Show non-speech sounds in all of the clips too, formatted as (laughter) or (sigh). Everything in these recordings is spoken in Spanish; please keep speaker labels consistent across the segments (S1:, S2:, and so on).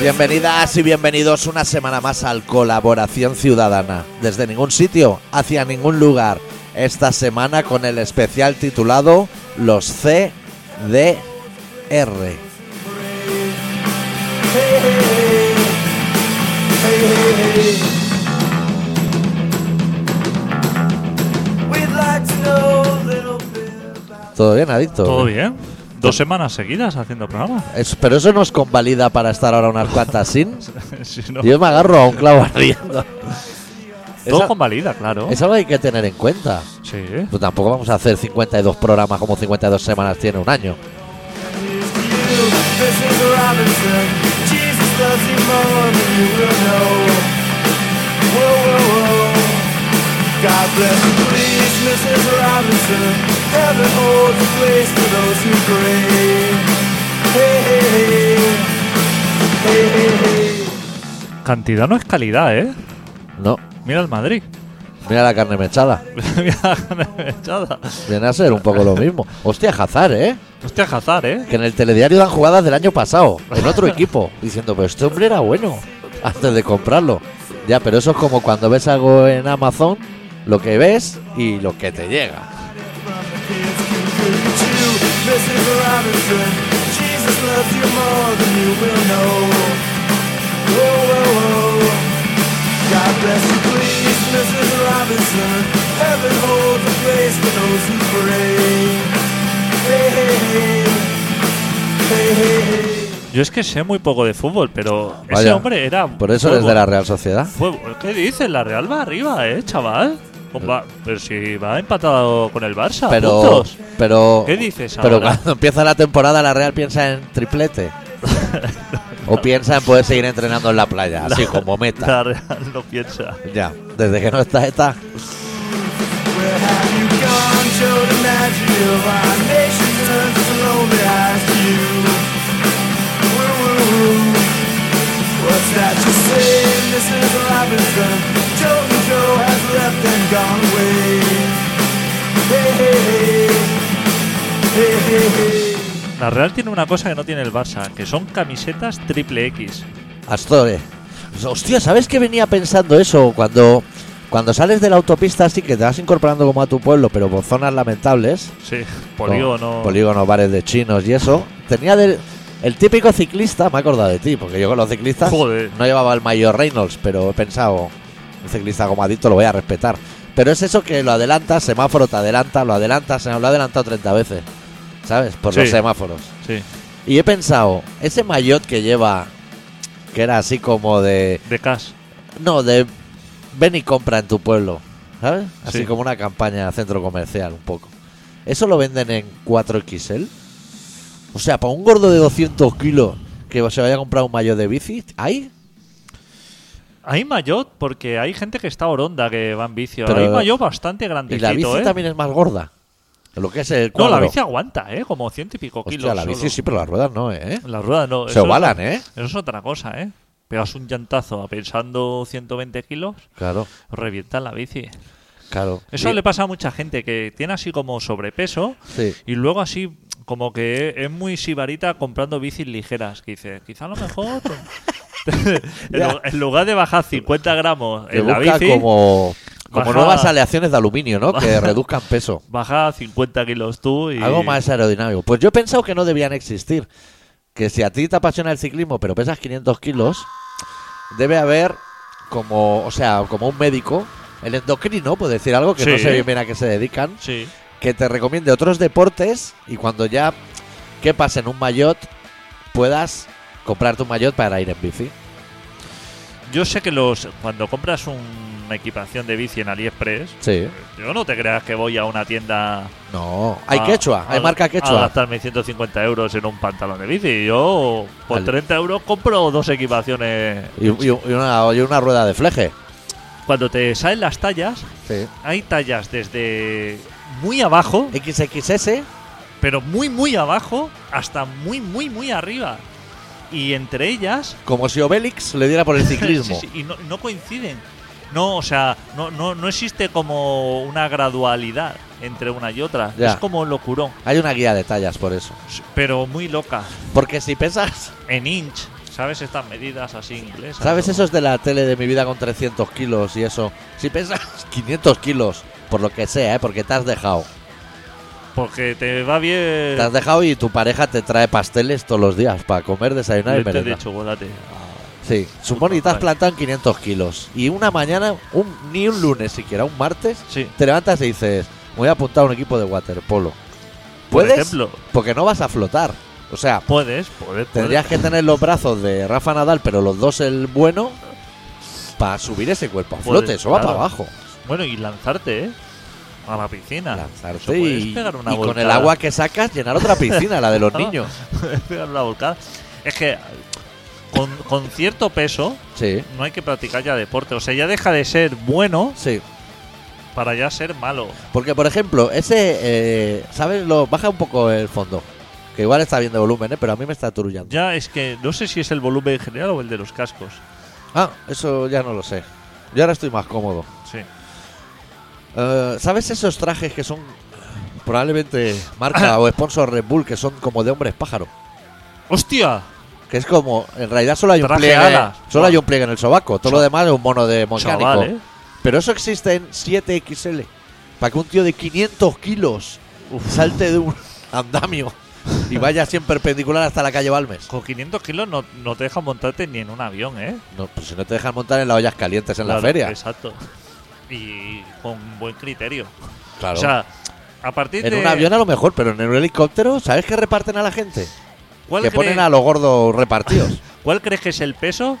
S1: Bienvenidas y bienvenidos una semana más al Colaboración Ciudadana. Desde ningún sitio, hacia ningún lugar. Esta semana con el especial titulado Los CDR.
S2: We'd like to know a little bit about
S1: ¿Todo bien, adicto?
S3: Todo bien. Dos semanas seguidas haciendo programa. (laughs)
S1: Es- pero eso nos convalida para estar ahora unas cuantas sin.
S3: Si no,
S1: Yo me agarro a un clavo ardiendo. Es
S3: todo
S1: a-
S3: convalida, claro.
S1: Es algo que hay que tener en cuenta.
S3: Sí.
S1: Pues tampoco vamos a hacer 52 programas como 52 semanas tiene un año.
S2: you, Mrs. Robinson. Jesus loves you more than you will know. Whoa, whoa, whoa. God bless you, please, Mrs. Robinson. Heaven holds a place for those who pray. Hey, hey, hey. Hey, hey, hey.
S3: Cantidad no es calidad, ¿eh?
S1: No,
S3: Mira el Madrid. (laughs)
S1: mira la carne mechada.
S3: Mira la cara echada.
S1: Viene a ser un poco lo mismo. Hostia, Hazard, ¿eh?
S3: Hostia, Hazard, ¿eh?
S1: Que en el telediario dan jugadas del año pasado, en otro equipo, diciendo, pero este hombre era bueno antes de comprarlo. Ya, pero eso es como cuando ves algo en Amazon, lo que ves y lo que te llega.
S2: Kids can cook at you, Mrs. Robinson. Jesus loves you more than you will know. Whoa, whoa, whoa. God bless you, please, Mrs. Robinson. Heaven holds a place for those who pray. Hey, hey, hey. Hey, hey, hey.
S3: Yo es que sé muy poco de fútbol, pero ese
S1: Vaya.
S3: hombre era.
S1: Por eso
S3: fuego.
S1: eres de la Real Sociedad.
S3: Fuego. ¿Qué dices? La Real va arriba, ¿eh, chaval? Con va- Pero si va empatado con el Barça.
S1: Pero,
S3: puntos.
S1: pero,
S3: Ah, ¿Qué dices
S1: pero
S3: ahora?
S1: cuando empieza la temporada, la Real piensa en
S3: (laughs)
S1: triplete. O piensa en poder seguir entrenando en la playa, así como meta.
S3: La Real no piensa.
S1: Ya, desde que no está esta,
S2: Where have you gone? Show the magic of our nation turns its lonely eyes to you. Woo-woo-woo. What's that you say, Mrs. Robinson? Joe and Joe has left and gone away. Hey, hey, hey. Hey, hey, hey.
S3: La Real tiene una cosa que no tiene el Barça, que son camisetas triple X.
S1: Astore. eh. Hostia, ¿sabes qué venía pensando eso? Cuando, cuando sales de la autopista así que te vas incorporando como a tu pueblo, pero por zonas lamentables.
S3: Sí,
S1: con
S3: polígono.
S1: polígonos, bares de chinos y eso. Tenía del- el típico ciclista, me he acordado de ti, porque yo con los ciclistas
S3: Joder.
S1: no llevaba el mayor Reynolds, pero he pensado, un ciclista como adicto lo voy a respetar. Pero es eso que lo adelanta, semáforo te adelanta, lo adelanta, se lo ha adelantado 30 veces, ¿sabes? Por los
S3: Sí.
S1: semáforos.
S3: Sí,
S1: Y he pensado, ese maillot que lleva, que era así como de.
S3: de Cas.
S1: No, de ven y compra en tu pueblo, ¿sabes? Así
S3: Sí.
S1: como una campaña centro comercial, un poco. ¿Eso lo venden en 4XL? O sea, para un gordo de 200 kilos que se vaya a comprar un maillot de bici, ¿hay?
S3: Hay maillot porque hay gente que está oronda que va en bici.
S1: Pero-
S3: hay maillot bastante
S1: Y la bici
S3: grandecito, ¿eh?
S1: también es más gorda. Lo que es el
S3: no, la
S1: cuadro.
S3: bici aguanta, ¿eh? Como ciento y pico
S1: Hostia,
S3: kilos.
S1: la bici
S3: solo.
S1: sí, pero las ruedas no, ¿eh?
S3: Las ruedas no.
S1: Se
S3: eso es-
S1: ovalan, ¿eh?
S3: Eso es otra cosa, ¿eh? Pegas un llantazo a pensando 120 kilos,
S1: Claro,
S3: revientas la bici.
S1: claro.
S3: Eso
S1: Y-
S3: le pasa a mucha gente que tiene así como sobrepeso
S1: Sí.
S3: y luego así como que es muy sibarita comprando bicis ligeras. Que dice, quizá a lo mejor... (laughs)
S1: (laughs)
S3: en, lu- en lugar de bajar 50 gramos
S1: Que
S3: en la
S1: busca
S3: bici,
S1: como, como
S3: Baja-
S1: nuevas aleaciones de aluminio, ¿no?
S3: (laughs)
S1: Que reduzcan peso.
S3: baja 50 kilos tú y...
S1: Algo más aerodinámico. Pues yo he pensado que no debían existir. Que si a ti te apasiona el ciclismo, pero pesas 500 kilos, debe haber como, o sea, como un médico, el endocrino, por decir algo, que no
S3: Sí.
S1: sé bien, bien a qué se dedican,
S3: Sí.
S1: que te recomiende otros deportes y cuando ya quepas en un maillot, puedas comprarte un maillot para ir en bici.
S3: Yo sé que los cuando compras un- una equipación de bici en AliExpress,
S1: Sí.
S3: yo no te creas que voy a una tienda.
S1: No. Hay
S3: a-
S1: quechua, hay
S3: a-
S1: marca
S3: A
S1: quechua.
S3: gastarme 150 euros en un pantalón de bici. Yo por
S1: Al-
S3: 30 euros compro dos equipaciones.
S1: Y, y- y una, y una rueda de fleje.
S3: Cuando te salen las tallas,
S1: Sí.
S3: hay tallas desde muy abajo,
S1: Eh. XXS.
S3: pero muy, muy abajo, hasta muy, muy, muy arriba. Y entre ellas
S1: Como si Obélix le diera por el ciclismo.
S3: (laughs) Sí, sí, y no, no coinciden. No, o sea, no, no, no existe como una gradualidad entre una y otra.
S1: Ya.
S3: Es como locurón,
S1: Hay una guía de tallas por eso.
S3: pero muy loca.
S1: Porque si pesas,
S3: En inch, ¿Sabes estas medidas así inglesas?
S1: ¿Sabes
S3: o-
S1: esos de la tele de mi vida con 300 kilos y eso? Si pesas (laughs) 500 kilos, por lo que sea, ¿eh? porque te has dejado.
S3: Porque te va bien.
S1: Te has dejado y tu pareja te trae pasteles todos los días para comer, desayunar y
S3: Leche Este de
S1: merendar.
S3: chocolate.
S1: Sí, supone que te has
S3: Vale.
S1: plantado en 500 kilos. Y una mañana, un, ni un lunes siquiera, un martes,
S3: Sí.
S1: te levantas y dices, me voy a apuntar a un equipo de waterpolo.
S3: Por
S1: ¿Puedes?
S3: ejemplo.
S1: Porque no vas a flotar. O sea,
S3: Puedes, puedes, puedes.
S1: tendrías que tener los brazos de Rafa Nadal, pero los dos el bueno, para subir ese cuerpo a
S3: Puedes,
S1: flote. Eso va
S3: claro.
S1: para abajo.
S3: Bueno, y lanzarte, ¿eh? A la piscina. Ah, Eso
S1: Lanzarte
S3: puedes
S1: y,
S3: pegar una
S1: y con el
S3: volcada. Ah.
S1: agua que sacas llenar otra piscina, la de
S3: (laughs)
S1: los niños.
S3: Puedes pegar una volcada. Es que con, con cierto peso
S1: Sí,
S3: no hay que practicar ya deporte. O sea, ya deja de ser bueno
S1: sí.
S3: para ya ser malo.
S1: Porque, por ejemplo, ese. eh, ¿Sabes? Lo, baja un poco el fondo. Que igual está bien de volumen, ¿eh? pero a mí me está aturullando.
S3: Ya es que no sé si es el volumen en general o el de los cascos.
S1: Ah, eso ya no lo sé. Yo ahora estoy más cómodo.
S3: Sí.
S1: Eh, ¿Sabes esos trajes que son probablemente
S3: (coughs)
S1: marca o sponsor Red Bull que son como de hombres pájaro?
S3: ¡Hostia!
S1: Que es como, en realidad solo hay un
S3: Traje
S1: pliegue,
S3: ala.
S1: solo hay un pliegue en el sobaco, todo lo
S3: Chaval.
S1: demás es un mono de mecánico.
S3: Chaval, ¿eh?
S1: Pero eso existe en 7XL. Para que un tío de 500 kilos
S3: Uf.
S1: salte de un (laughs) andamio y vaya siempre perpendicular hasta la calle Balmes.
S3: Con 500 kilos no, no te dejan montarte ni en un avión, ¿eh?
S1: No, pues si no te dejan montar en las ollas calientes en la
S3: Claro,
S1: feria.
S3: Exacto. Y con buen criterio.
S1: claro.
S3: O sea, a partir
S1: en
S3: de.
S1: un avión a lo mejor, pero en un helicóptero, ¿sabes qué reparten a la gente?
S3: ¿cuál
S1: Que
S3: cree-
S1: ponen a los gordos
S3: (laughs)
S1: repartidos.
S3: ¿Cuál crees que es el peso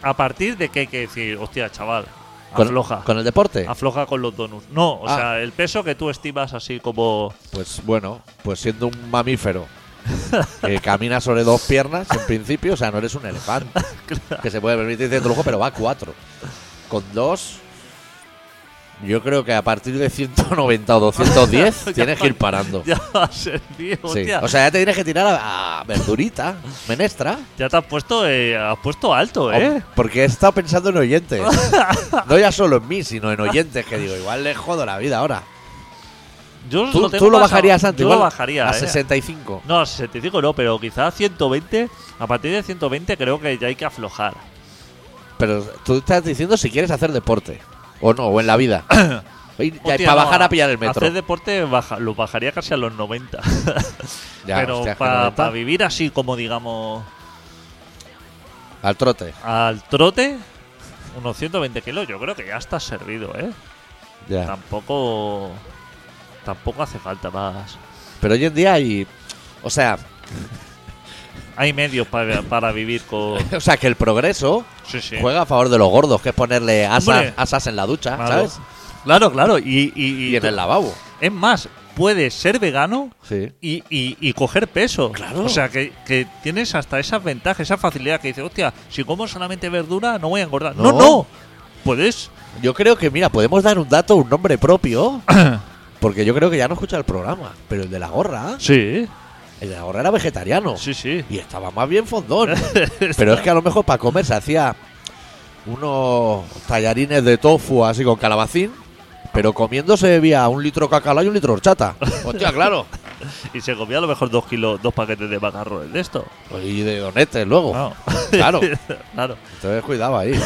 S3: a partir de que hay que decir, hostia, chaval,
S1: con,
S3: afloja?
S1: con el deporte.
S3: Afloja con los donuts. No, o
S1: Ah.
S3: sea, el peso que tú estimas así como. (laughs)
S1: Pues bueno, pues siendo un mamífero
S3: (laughs)
S1: que camina sobre dos piernas, en principio, o sea, no eres un elefante. Que se puede permitir cierto lujo, pero va a cuatro. Con dos, yo creo que a partir de 190 o 210
S3: (laughs) Ya
S1: tienes que ir
S3: va-
S1: parando.
S3: Ya va a ser tío,
S1: Sí.
S3: hostia.
S1: O sea, ya te tienes que tirar a, a verdurita, menestra.
S3: ya te has puesto, eh, has puesto alto, ¿eh?
S1: Porque he estado pensando en
S3: (laughs)
S1: oyentes. No ya solo en mí, sino en oyentes que digo, igual le jodo la vida ahora.
S3: Yo
S1: Tú tú lo,
S3: tengo más a-
S1: bajarías antes,
S3: Yo
S1: igual
S3: lo bajaría,
S1: a
S3: ¿eh?
S1: 65.
S3: No, a 65 no, pero quizás 120. A partir de 120 creo que ya hay que aflojar.
S1: Pero tú estás diciendo si quieres hacer deporte. O no, o en la
S3: (coughs)
S1: vida. Y- y
S3: Hostia,
S1: para
S3: no,
S1: bajar a pillar el metro.
S3: Hacer deporte baja, lo bajaría casi a los 90.
S1: (laughs) Ya,
S3: pero
S1: hostia, es que
S3: para
S1: 90.
S3: vivir así como, digamos,
S1: Al trote.
S3: al trote, unos 120 kilos, yo creo que ya está servido, ¿eh?
S1: Ya.
S3: Tampoco... Tampoco hace falta más.
S1: Pero hoy en día hay. O sea, (laughs)
S3: Hay medios para, para vivir
S1: (laughs)
S3: con...
S1: o sea que el progreso
S3: Sí, sí.
S1: juega a favor de los gordos, que es ponerle asas,
S3: Hombre.
S1: asas en la ducha,
S3: Claro.
S1: ¿sabes?
S3: Claro, claro. Y, y- y-
S1: Y en el lavabo.
S3: Es más, puedes ser vegano
S1: Sí.
S3: y, y- y coger peso.
S1: Claro.
S3: O sea, que, que tienes hasta esas ventajas, esa facilidad que dices, hostia, si como solamente verdura no voy a engordar. No,
S1: No.
S3: no. Puedes.
S1: Yo creo que, mira, podemos dar un dato, un nombre propio. Porque yo creo que ya no escucha el programa. Pero el de la gorra,
S3: Sí,
S1: el de la gorra era vegetariano.
S3: sí, sí. (laughs)
S1: Y estaba más bien fondón. Pero es que a lo mejor para comer se hacía unos tallarines de tofu así con calabacín. Pero comiendo se bebía un litro de cacalao y un litro de horchata. (laughs) Hostia, claro.
S3: Y se comía a lo mejor dos kilos, dos paquetes de macarrones de esto.
S1: Pues, Y de donetes luego.
S3: No.
S1: Claro.
S3: (laughs) claro.
S1: Entonces cuidado ahí.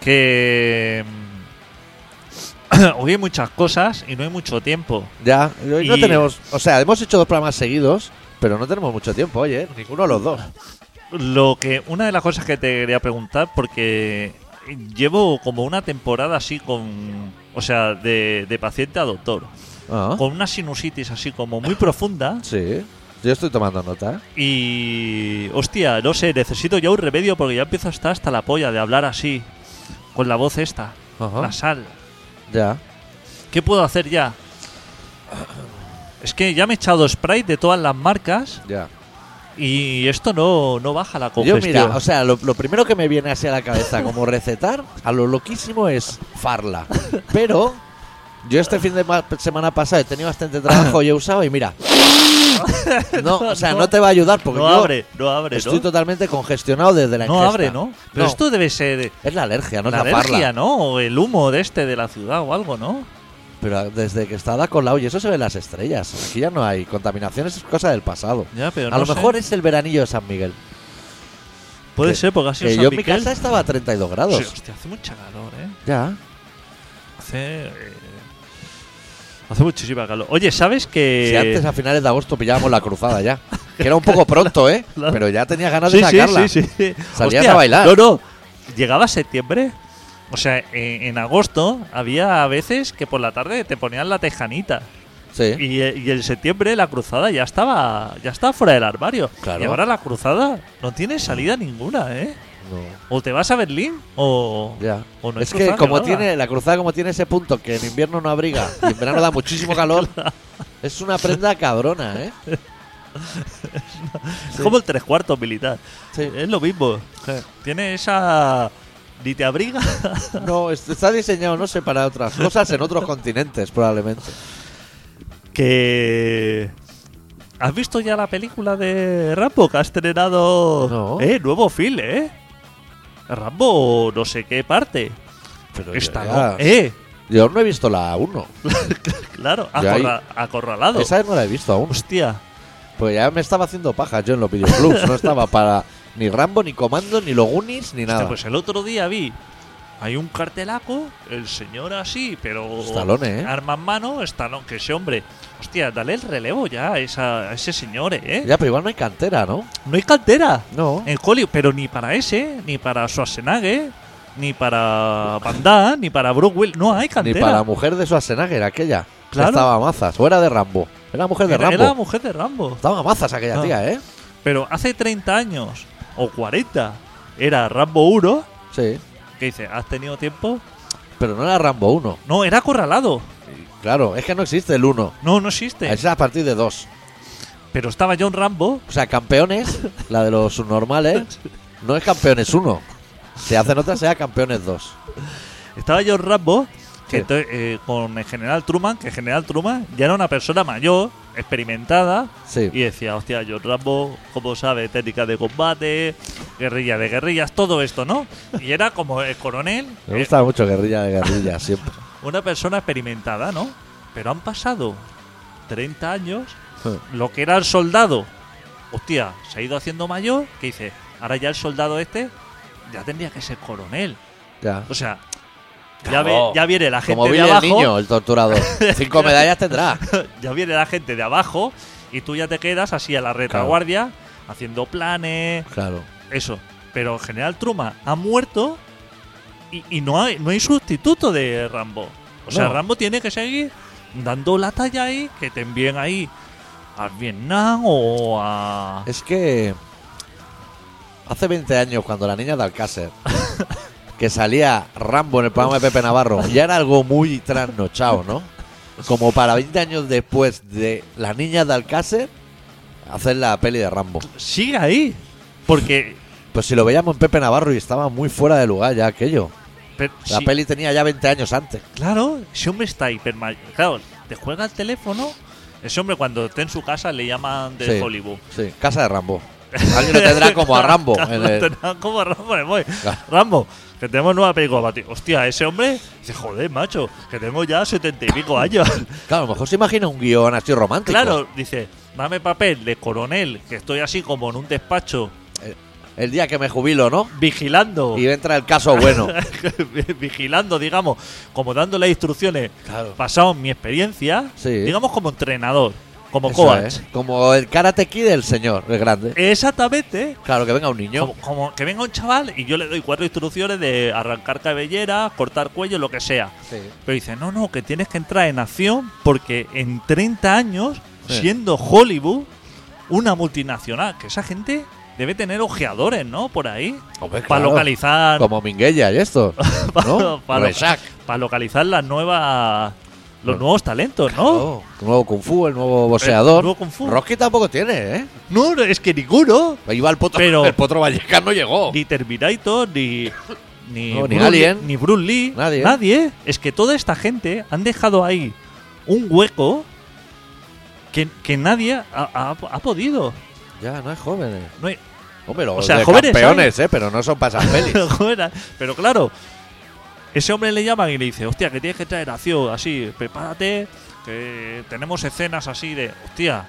S3: Que. mm, (coughs) Hoy hay muchas cosas y no hay mucho tiempo.
S1: Ya, y hoy no
S3: Y-
S1: tenemos. O sea, hemos hecho dos programas seguidos, pero no tenemos mucho tiempo, oye. Ninguno de los dos.
S3: Lo que. Una de las cosas que te quería preguntar, porque llevo como una temporada así con. O sea, de, de paciente a doctor.
S1: Ah,
S3: Con una sinusitis así como muy profunda.
S1: Sí. Yo estoy tomando nota. ¿eh?
S3: Y. Hostia, no sé, necesito ya un remedio porque ya empiezo a estar hasta la polla de hablar así. Con la voz esta.
S1: Ajá.
S3: Nasal.
S1: Ya.
S3: ¿Qué puedo hacer ya? Es que ya me he echado spray de todas las marcas
S1: Ya.
S3: y esto no, no baja la
S1: Yo,
S3: congestión.
S1: mira, o sea, lo, lo primero que me viene así a la cabeza como recetar, a lo loquísimo es farla. Pero yo este fin de ma- semana pasado he tenido bastante trabajo y he usado, y mira. No, o sea, no,
S3: No.
S1: te va a ayudar porque
S3: no
S1: yo
S3: abre, no abre,
S1: estoy
S3: ¿no?
S1: totalmente congestionado desde la
S3: No
S1: ingesta.
S3: abre, ¿no? Pero
S1: No,
S3: esto debe ser
S1: es la alergia, no es
S3: la
S1: la, farla.
S3: alergia, ¿no? O el humo de este de la ciudad o algo, ¿no?
S1: Pero desde que está Dacolau y eso se ve en las estrellas. Aquí ya no hay contaminación, es cosa del pasado.
S3: Ya, pero
S1: a
S3: no
S1: lo
S3: sé.
S1: mejor es el veranillo de San Miguel.
S3: Puede
S1: que-
S3: ser, porque ha sido
S1: Que
S3: San
S1: yo en mi
S3: Miguel.
S1: casa estaba a 32 grados.
S3: Sí, hostia, hace mucho calor, ¿eh?
S1: Ya.
S3: Hace. eh, hace muchísima calor. Oye, ¿sabes que.?
S1: Si antes a finales de agosto pillábamos la cruzada ya. Que era un
S3: (laughs)
S1: poco pronto, ¿eh?
S3: Claro.
S1: Pero ya tenía ganas de
S3: sí, sí,
S1: sacarla.
S3: sí, sí.
S1: Salías
S3: Hostia,
S1: a bailar.
S3: No, no. Llegaba septiembre. O sea, en, en agosto había veces que por la tarde te ponían la tejanita.
S1: Sí.
S3: Y, eh, y en septiembre la cruzada ya estaba ya estaba fuera del armario.
S1: Claro.
S3: Y ahora la cruzada no tiene salida ninguna, ¿eh?
S1: No,
S3: O te vas a Berlín o.
S1: ya.
S3: o no
S1: es que
S3: cruzada
S1: como
S3: nada.
S1: tiene la cruzada como tiene ese punto que en invierno no abriga y en verano da
S3: (laughs)
S1: muchísimo calor, es una prenda cabrona, ¿eh?
S3: Es como el tres cuartos militar.
S1: Sí.
S3: Es lo mismo. Tiene esa. Ni te abriga. (laughs)
S1: No, es- está diseñado, no sé, para otras cosas en otros continentes, probablemente.
S3: que. ¿Has visto ya la película de Rambo que ha estrenado?
S1: No.
S3: Eh, nuevo film, ¿eh? Rambo, no sé qué parte.
S1: Pero
S3: Esta
S1: yo,
S3: no.
S1: ya-
S3: Eh,
S1: yo no he visto la 1.
S3: claro,
S1: Ya hay-
S3: acorra- acorralado.
S1: Esa no la he visto aún.
S3: Hostia.
S1: Pues ya me estaba haciendo paja yo en los videoclubs. No estaba para ni Rambo, ni Comando, ni los Goonies, ni
S3: Hostia,
S1: nada.
S3: pues el otro día vi. Hay un cartelaco, el señor así, pero.
S1: Stallone, ¿eh?
S3: Arma en mano, Stallone, que ese hombre. Hostia, dale el relevo ya a, esa- a ese señor, ¿eh?
S1: Ya, pero igual no hay cantera, ¿no?
S3: No hay cantera.
S1: No.
S3: en Hollywood, pero ni para ese, ni para Schwarzenegger, ni para Van Damme, ni para Brooke Will, no hay
S1: Ni
S3: cantera.
S1: para la mujer de Schwarzenegger, aquella. que
S3: Claro.
S1: Estaba a mazas. O era de Rambo. Era mujer de
S3: Era-
S1: Rambo.
S3: Era la mujer de Rambo.
S1: Estaba a mazas aquella
S3: Ah.
S1: tía, ¿eh?
S3: Pero hace 30 años o 40 era Rambo 1,
S1: Sí.
S3: que dice, ¿has tenido tiempo?
S1: Pero no era Rambo 1.
S3: No, era acorralado.
S1: Claro, es que no existe el 1.
S3: No, no existe.
S1: Es a partir de 2.
S3: Pero estaba John Rambo.
S1: O sea,
S3: (laughs)
S1: campeones, la de los subnormales, no es campeones 1. Si hacen otra, sea campeones 2.
S3: Estaba John Rambo que
S1: Sí.
S3: entonces, eh, con el general Truman, que el general Truman ya era una persona mayor, experimentada,
S1: Sí.
S3: Y decía, hostia, John Rambo, como sabe, técnica de combate, guerrilla de guerrillas, todo esto, ¿no? Y era como el coronel,
S1: (laughs) Me gusta mucho guerrilla de guerrilla, siempre. (laughs)
S3: eh, una persona experimentada, ¿no? Pero han pasado 30 años, lo que era el soldado, hostia, se ha ido haciendo mayor, que dice, ahora ya el soldado este ya tendría que ser coronel.
S1: Ya.
S3: O sea, ya,
S1: Claro.
S3: ve- ya viene la
S1: Como
S3: gente de
S1: Billy el
S3: abajo,
S1: niño, el
S3: (laughs)
S1: torturador. Cinco medallas tendrá.
S3: ya viene la gente de abajo y tú ya te quedas así a la retaguardia, haciendo planes,
S1: Claro.
S3: Eso. Pero el general Truman ha muerto y, y no, hay, no hay sustituto de Rambo. O sea,
S1: No.
S3: Rambo tiene que seguir dando la talla ahí, que te envíen ahí a Vietnam o a...
S1: Es que hace 20 años, cuando la niña de Alcácer, que salía Rambo en el programa de Pepe Navarro, ya era algo muy trasnochado, ¿no? Como para 20 años después de la niña de Alcácer, hacer la peli de Rambo.
S3: Sigue ahí. Porque...
S1: Pues si lo veíamos en Pepe Navarro y estaba muy fuera de lugar ya aquello.
S3: pero
S1: La
S3: si-
S1: peli tenía ya 20 años antes.
S3: Claro, ese hombre está hiper... Claro, te juega el teléfono. Ese hombre cuando esté en su casa le llaman de
S1: Sí.
S3: Hollywood.
S1: Sí, casa de Rambo. Alguien lo tendrá como a Rambo.
S3: (laughs)
S1: en
S3: Lo
S1: el-
S3: tendrá como a Rambo en el móvil.
S1: Claro.
S3: Rambo, que tenemos nueva película para ti. Hostia, ese hombre dice, joder, macho, que tengo ya setenta
S1: (laughs)
S3: y pico años.
S1: Claro, a lo mejor se imagina un guión así romántico.
S3: claro, dice, dame papel de coronel, que estoy así como en un despacho,
S1: El día que me jubilo, ¿no?
S3: vigilando.
S1: Y entra el caso
S3: (laughs)
S1: bueno.
S3: vigilando, digamos, como dándole instrucciones.
S1: Claro.
S3: Basado en mi experiencia,
S1: Sí.
S3: digamos como entrenador, como
S1: Eso
S3: coach.
S1: es, Como el karate kid del señor, el grande.
S3: Exactamente,
S1: Claro, que venga un niño.
S3: Eh. Como, como que venga un chaval y yo le doy cuatro instrucciones de arrancar cabellera, cortar cuello, lo que sea.
S1: Sí.
S3: Pero dice, no, no, que tienes que entrar en acción porque en 30 años,
S1: Sí.
S3: siendo Hollywood una multinacional, que esa gente debe tener ojeadores, ¿no? Por ahí.
S1: Hombre,
S3: para
S1: claro.
S3: localizar.
S1: Como Minguella y
S3: (laughs)
S1: esto. ¿No?
S3: para,
S1: Como Isaac.
S3: localizar las nuevas. Los nuevos talentos, ¿no?
S1: Oh, el nuevo Kung Fu, el nuevo boxeador.
S3: El nuevo Kung Fu.
S1: Rocky tampoco tiene, ¿eh?
S3: No, no, es que ninguno.
S1: Ahí va el potro.
S3: Pero-
S1: el potro Vallescano llegó.
S3: Ni Terminator, ni. Ni,
S1: Oh. No, ni
S3: Bruce Lee-
S1: Alien.
S3: ni Bruce Lee.
S1: Nadie.
S3: Es que toda esta gente han dejado ahí un hueco que, que nadie ha- ha- ha podido.
S1: Ya, no es jóvenes.
S3: No hay-
S1: Hombre, los
S3: O sea,
S1: de
S3: jóvenes (laughs)
S1: campeones, ¿eh? Pero no son para esas pelis.
S3: Joder, Pero claro, Ese hombre le llaman y le dice, hostia, que tienes que traer acción, así, prepárate, que tenemos escenas así de, hostia,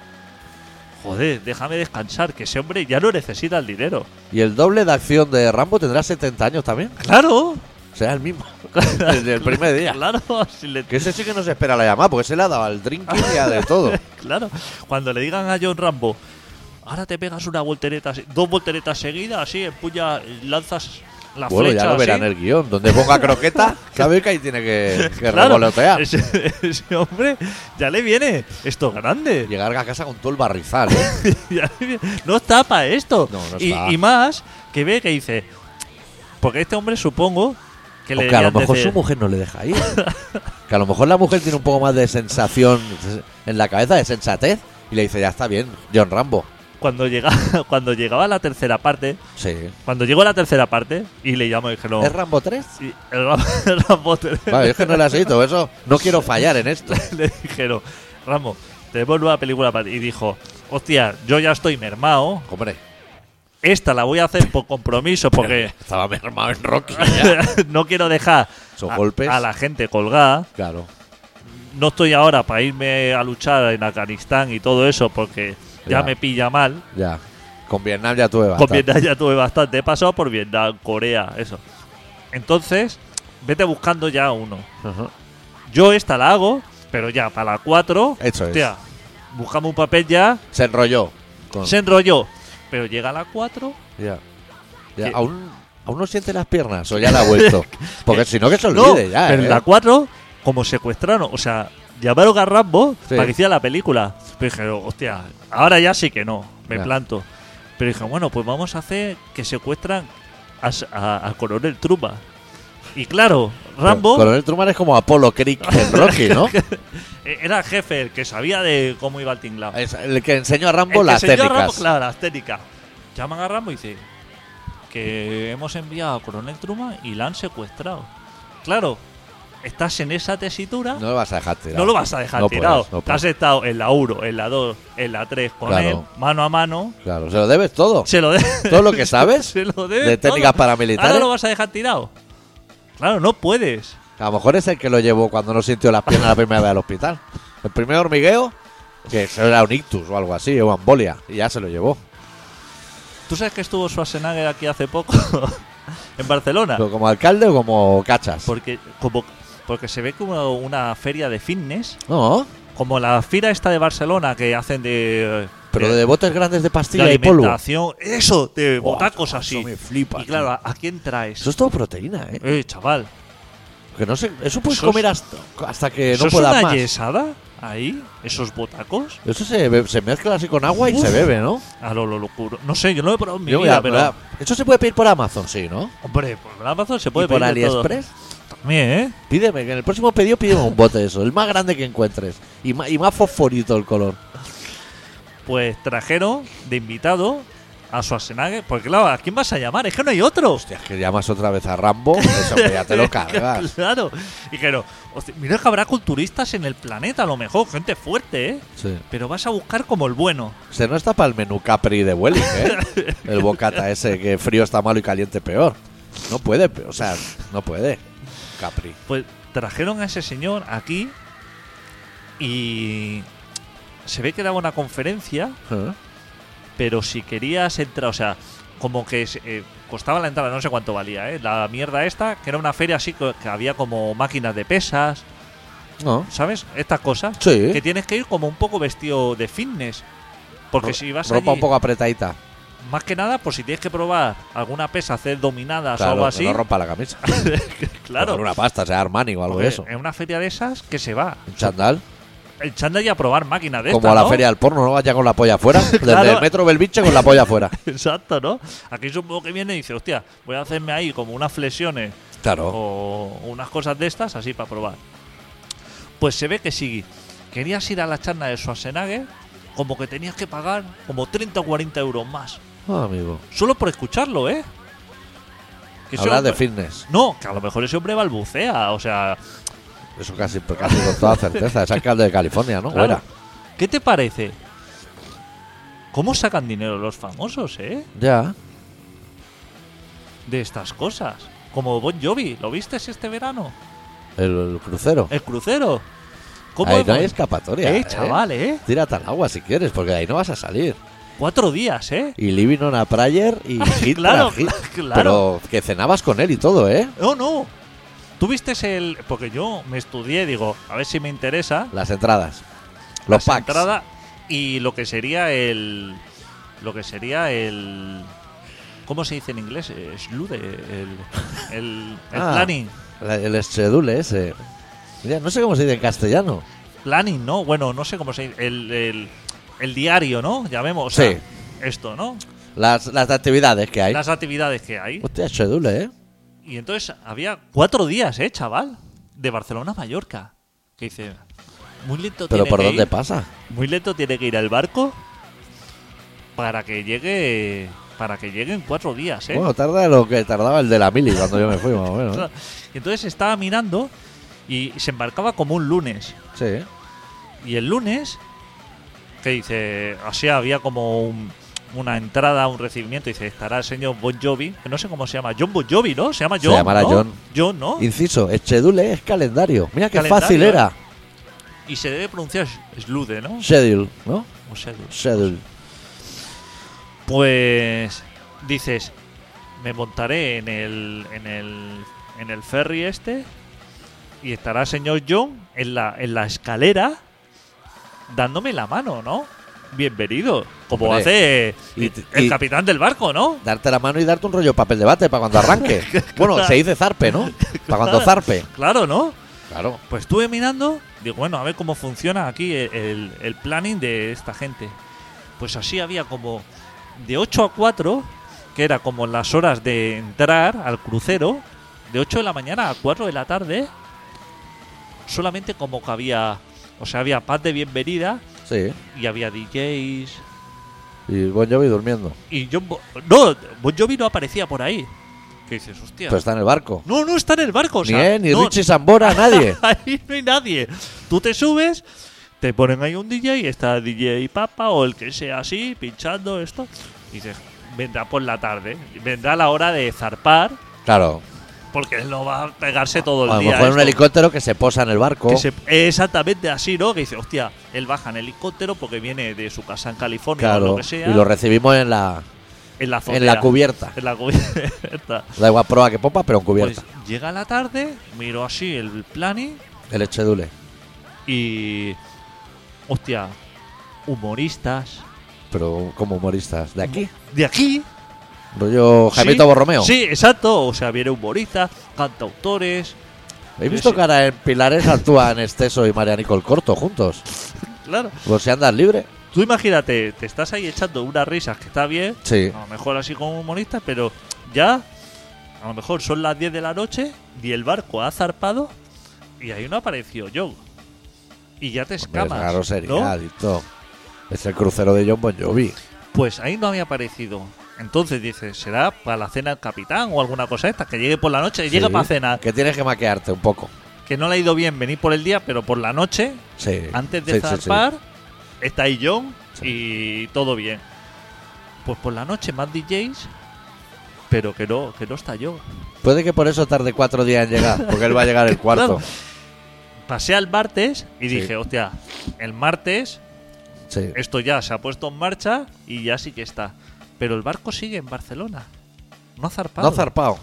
S3: joder, déjame descansar, que ese hombre ya no necesita el dinero.
S1: Y el doble de acción de Rambo tendrá 70 años también.
S3: Claro,
S1: Será el mismo. (laughs) Desde el primer día.
S3: claro, (laughs) si le-
S1: Que ese sí que no se espera la llamada, porque se le ha dado al drinking y a de
S3: (laughs)
S1: todo.
S3: claro, cuando le digan a John Rambo, ahora te pegas una voltereta, así- dos volteretas seguidas, así, empuña, lanzas la
S1: Bueno,
S3: flecha.
S1: ya lo verán
S3: así.
S1: el guión. Donde ponga croqueta, sabéis que ahí tiene que, que
S3: Claro,
S1: revolotear.
S3: (laughs) ese, ese hombre ya le viene esto grande.
S1: Llegar a casa con todo el barrizal, ¿eh?
S3: Ya le viene- (laughs) no está para esto.
S1: No, no
S3: y,
S1: está.
S3: y más que ve que dice, porque este hombre supongo (laughs) que le
S1: Porque a lo
S3: deberían
S1: mejor
S3: decir,
S1: su mujer no le deja ir. que a lo mejor la mujer tiene un poco más de sensación en la cabeza, de sensatez, y le dice, ya está bien, John Rambo.
S3: cuando llegaba (laughs) cuando llegaba la tercera parte,
S1: Sí.
S3: cuando llegó la tercera parte y le llamo y dije no,
S1: ¿Es Rambo 3?
S3: Sí, el Ram- (laughs) el Rambo te-
S1: Vale, es que no le has oído, eso. No quiero fallar en esto.
S3: (laughs) le dijeron, Rambo, tenemos nueva película para ti". Y dijo, hostia, yo ya estoy mermao.
S1: Hombre,
S3: Esta la voy a hacer por compromiso porque
S1: estaba mermado en
S3: (laughs)
S1: Rocky. ya.
S3: no quiero dejar
S1: Esos
S3: a,
S1: golpes.
S3: a la gente colgada.
S1: Claro.
S3: No estoy ahora para irme a luchar en Afganistán y todo eso porque ya,
S1: Ya.
S3: me pilla mal.
S1: Ya. Con Vietnam ya tuve
S3: Con
S1: bastante.
S3: Vietnam ya tuve bastante. He pasado por Vietnam, Corea, eso. Entonces, vete buscando ya uno.
S1: Ajá.
S3: Yo esta la hago, pero ya para la 4,
S1: Eso es.
S3: hostia, buscamos un papel ya,
S1: Se enrolló. con-
S3: se enrolló. Pero llega la 4,
S1: Ya. Ya,
S3: Que-
S1: ¿Aún, ¿Aún no siente las piernas o ya la ha
S3: (laughs)
S1: vuelto? Porque si no, que se
S3: no,
S1: olvide ya.
S3: pero en
S1: ¿eh?
S3: la 4, como secuestraron, o sea, llamaron a Rambo
S1: Sí.
S3: para que hiciera la película. Pero dije, hostia, ahora ya sí que no, me
S1: Ya.
S3: planto. Pero dije, bueno, pues vamos a hacer que secuestran a, s- a- al coronel Truman. Y claro, Rambo
S1: Coronel Truman es como Apolo Creek
S3: (laughs)
S1: en Rocky, ¿no?
S3: eh, era el jefe, el que sabía de cómo iba el tinglado.
S1: Es el que enseñó a
S3: El
S1: Rambo
S3: que
S1: las
S3: se dio a Rambo,
S1: técnicas.
S3: claro, las técnicas. Llaman a Rambo y dicen que hemos enviado a Coronel Truman y la han secuestrado. Claro, estás en esa tesitura,
S1: No
S3: no,
S1: lo vas a dejar tirado.
S3: lo vas a dejar
S1: No puedes,
S3: tirado.
S1: no
S3: Te has
S1: puedes.
S3: estado en la 1, en la 2, en la 3 con
S1: Claro.
S3: él, mano a mano.
S1: Claro, se lo debes todo.
S3: Se lo de
S1: Todo lo que sabes
S3: (laughs) se lo debes
S1: de técnicas
S3: todo.
S1: paramilitares.
S3: Ahora lo vas a dejar tirado. Claro, no puedes.
S1: A lo mejor es el que lo llevó cuando no sintió las piernas la primera vez al hospital. El primer hormigueo, que eso era un ictus o algo así, o embolia, y ya se lo llevó.
S3: ¿Tú sabes que estuvo Schwarzenegger aquí hace poco (laughs) en Barcelona?
S1: Pero como alcalde o como cachas.
S3: Porque, como, porque se ve como una feria de fitness
S1: No,
S3: Como la fira esta de Barcelona que hacen de.
S1: pero de botes grandes de pastilla y polvo.
S3: alimentación. Eso, de
S1: Buah,
S3: botacos así.
S1: Eso me flipa.
S3: Y claro,
S1: tío.
S3: ¿a, a quién traes?
S1: Eso es todo proteína, ¿eh?
S3: Eh, chaval.
S1: Que no sé, eso puedes
S3: Eso es-
S1: comer hasta, hasta que
S3: ¿Eso
S1: no
S3: es una
S1: puedas más.
S3: yesada? Ahí, esos botacos.
S1: Eso se, be- se mezcla así con agua y
S3: Uf.
S1: se bebe, ¿no?
S3: A lo, lo locuro. No sé, yo no lo he probado en mi
S1: Yo voy
S3: vida,
S1: a-
S3: pero.
S1: voy a- Eso se puede pedir por Amazon, sí, ¿no?
S3: Hombre, por Amazon se puede
S1: y por
S3: pedir de todo.
S1: AliExpress.
S3: También, ¿eh?
S1: Pídeme, que en el próximo pedido pídeme un bote de eso, el más grande que encuentres. Y más, y más fosforito el color.
S3: Pues trajeron de invitado a Schwarzenegger. Porque claro, ¿a quién vas a llamar? Es que no hay otro.
S1: Hostia, es que llamas otra vez a Rambo, eso que ya te
S3: (laughs)
S1: lo cargas.
S3: claro. Y claro, hostia, mira que habrá culturistas en el planeta, a lo mejor, gente fuerte, ¿eh?
S1: Sí.
S3: Pero vas a buscar como el bueno.
S1: Se no está para el menú Capri de Welling,
S3: (laughs)
S1: ¿eh? El bocata ese que frío está malo y caliente peor. No puede, pe- o sea, no puede. Capri.
S3: Pues trajeron a ese señor aquí y se ve que daba una conferencia,
S1: ¿Eh?
S3: pero si querías entrar, o sea, como que se- eh, costaba la entrada, no sé cuánto valía, ¿eh? La mierda esta, que era una feria así, co- que había como máquinas de pesas,
S1: No.
S3: ¿sabes? Estas cosas.
S1: Sí.
S3: Que tienes que ir como un poco vestido de fitness. Porque
S1: Ro-
S3: si vas
S1: Ropa
S3: allí,
S1: un poco apretadita.
S3: más que nada, pues si tienes que probar alguna pesa, hacer dominadas o algo
S1: Claro,
S3: así,
S1: que no
S3: (laughs)
S1: rompa la camisa.
S3: claro, eh,
S1: Con una pasta, sea Armani o algo
S3: porque
S1: de eso.
S3: en una feria de esas, que se va?
S1: Un chandal.
S3: El chándal y a probar máquinas de
S1: Como
S3: estas,
S1: a la
S3: ¿no?
S1: feria del porno, no vaya con la polla
S3: (laughs)
S1: afuera. Desde
S3: Claro.
S1: el metro Belviche con la polla
S3: (laughs)
S1: afuera.
S3: (laughs) Exacto, ¿no? Aquí supongo que viene y dice, hostia, voy a hacerme ahí como unas flexiones
S1: Claro.
S3: o unas cosas de estas así para probar. Pues se ve que sí. Querías ir a la charla de Schwarzenegger, como que tenías que pagar como 30 o 40 euros más.
S1: Ah, amigo.
S3: Solo por escucharlo, ¿eh? Que ese
S1: Habla de
S3: hombre-
S1: fitness.
S3: No, que a lo mejor ese hombre balbucea, o sea...
S1: Eso casi, casi con toda certeza. Es alcalde de California, ¿no?
S3: claro.
S1: Era.
S3: ¿Qué te parece? ¿Cómo sacan dinero los famosos, eh?
S1: Ya.
S3: de estas cosas. Como Bon Jovi, ¿lo viste este verano?
S1: El, el crucero.
S3: El crucero. ¿Cómo
S1: Ahí
S3: hemos-
S1: no hay escapatoria.
S3: Eh, chaval, eh.
S1: Tírate al agua si quieres, porque de ahí no vas a salir.
S3: Cuatro días, eh.
S1: Y Living on a Prayer
S3: (laughs)
S1: y Hit
S3: Claro,
S1: tras hit.
S3: claro.
S1: Pero que cenabas con él y todo, ¿eh?
S3: No, no. Tuviste el. Porque yo me estudié, digo, a ver si me interesa.
S1: Las entradas. Los
S3: la
S1: packs.
S3: entrada y lo que sería el. Lo que sería el. ¿Cómo se dice en inglés? Eh, Schlude. El, el, el
S1: Ah.
S3: planning.
S1: La- El schedule ese. Mira, no sé cómo se dice en castellano.
S3: Planning, ¿no? Bueno, no sé cómo se dice. El, el, el diario, ¿no? Llamemos. o sea,
S1: Sí.
S3: Esto, ¿no?
S1: Las, las actividades que hay.
S3: Las actividades que hay.
S1: Hostia, schedule, ¿eh?
S3: Y entonces había cuatro días, ¿eh, chaval? De Barcelona a Mallorca. Que dice. Muy lento
S1: Pero
S3: tiene
S1: ¿por
S3: que
S1: dónde
S3: ir.
S1: pasa?
S3: Muy lento tiene que ir al barco para que llegue. Para que llegue en cuatro días, ¿eh?
S1: Bueno, tarda lo que tardaba el de la mili cuando yo me fui, más o menos. ¿eh?
S3: (laughs) Claro. Y entonces estaba mirando y se embarcaba como un lunes.
S1: Sí, ¿eh?
S3: Y el lunes, que dice, o sea, había como un- una entrada, un recibimiento, dice, estará el señor Bon Jovi, que no sé cómo se llama, John Bon Jovi, ¿no? Se llama
S1: Se
S3: John.
S1: llamará
S3: ¿no?
S1: John.
S3: John, ¿no? Y,
S1: Inciso, schedule es calendario. Mira qué
S3: Calendario,
S1: fácil
S3: ¿eh?
S1: era.
S3: se debe pronunciar Slude, ¿no?
S1: Schedule, ¿no?
S3: O sea,
S1: Schedule.
S3: Pues dices, me montaré en el, en el, en el ferry este y estará el señor John en la, en la escalera dándome la mano, ¿no? Bienvenido, como
S1: Hombre.
S3: hace
S1: Y-
S3: el- el
S1: y-
S3: capitán del barco, ¿no?
S1: Darte la mano y darte un rollo papel de bate para cuando
S3: (laughs)
S1: arranque. bueno, se dice zarpe, ¿no? Para cuando zarpe.
S3: Claro, ¿no?
S1: Claro.
S3: Pues estuve mirando, digo, bueno, a ver cómo funciona aquí el, el- el planning de esta gente. Pues así había como de 8 a 4, que era como las horas de entrar al crucero, de 8 de la mañana a 4 de la tarde, solamente como que había, o sea, había paz de bienvenida
S1: Sí.
S3: y había DJs.
S1: Y Bon Jovi durmiendo.
S3: Y John Bo- no, Bon Jovi no aparecía por ahí. Que dices, hostia.
S1: Pero está en el barco.
S3: no, no está en el barco. o
S1: Ni
S3: sea,
S1: él, ni
S3: no-
S1: Pues Richie
S3: (laughs)
S1: Sambora, nadie.
S3: ahí no hay nadie. Tú te subes, te ponen ahí un DJ, está DJ Papa o el que sea así, pinchando esto. Y dices, vendrá por la tarde, vendrá la hora de zarpar,
S1: Claro.
S3: porque él no va a pegarse todo el
S1: A lo
S3: día.
S1: mejor en un
S3: esto.
S1: helicóptero que se posa en el barco.
S3: Que se- exactamente así, ¿no? Que dice, hostia, él baja en helicóptero porque viene de su casa en California o lo
S1: Claro.
S3: que sea.
S1: Y lo recibimos en la,
S3: en la
S1: en
S3: azotea,
S1: la cubierta.
S3: En la cubierta.
S1: Da igual proa que popa, pero en cubierta.
S3: Pues llega la tarde, miro así el planning
S1: el schedule.
S3: y. Hostia, humoristas.
S1: Pero como humoristas. ¿De aquí?
S3: De aquí.
S1: Rollo Jaimito
S3: Sí,
S1: Borromeo.
S3: Sí, exacto. O sea, viene humoristas, cantautores.
S1: ¿Habéis visto
S3: Sí.
S1: que ahora en Pilares actúan Esteso y María Nicole Corto juntos?
S3: Claro.
S1: Por si andas libre.
S3: Tú imagínate, te estás ahí echando unas risas que está bien.
S1: Sí.
S3: A lo mejor así como humoristas, pero ya. A lo mejor son las 10 de la noche y el barco ha zarpado y ahí no apareció yo. Y ya
S1: Hombre,
S3: te escamas.
S1: claro, sería,
S3: ¿no?
S1: adicto. Es el crucero de John Bon Jovi.
S3: Pues ahí no había aparecido. Entonces dices, será para la cena del capitán o alguna cosa esta, que llegue por la noche, llega
S1: Sí.
S3: para cenar.
S1: Que tienes que maquearte un poco.
S3: Que no le ha ido bien venir por el día, pero por la noche
S1: Sí.
S3: Antes de
S1: Sí, sí, sí.
S3: zarpar, está ahí John y todo bien. Pues por la noche más DJs, pero que no, que no está John.
S1: Puede que por eso tarde cuatro días en llegar, porque él va a llegar el cuarto.
S3: (laughs) Claro. Pasé al martes y
S1: Sí.
S3: dije, hostia, el martes
S1: Sí.
S3: esto ya se ha puesto en marcha y ya sí que está. Pero el barco sigue en Barcelona. No ha
S1: No
S3: zarpado.
S1: ha zarpado.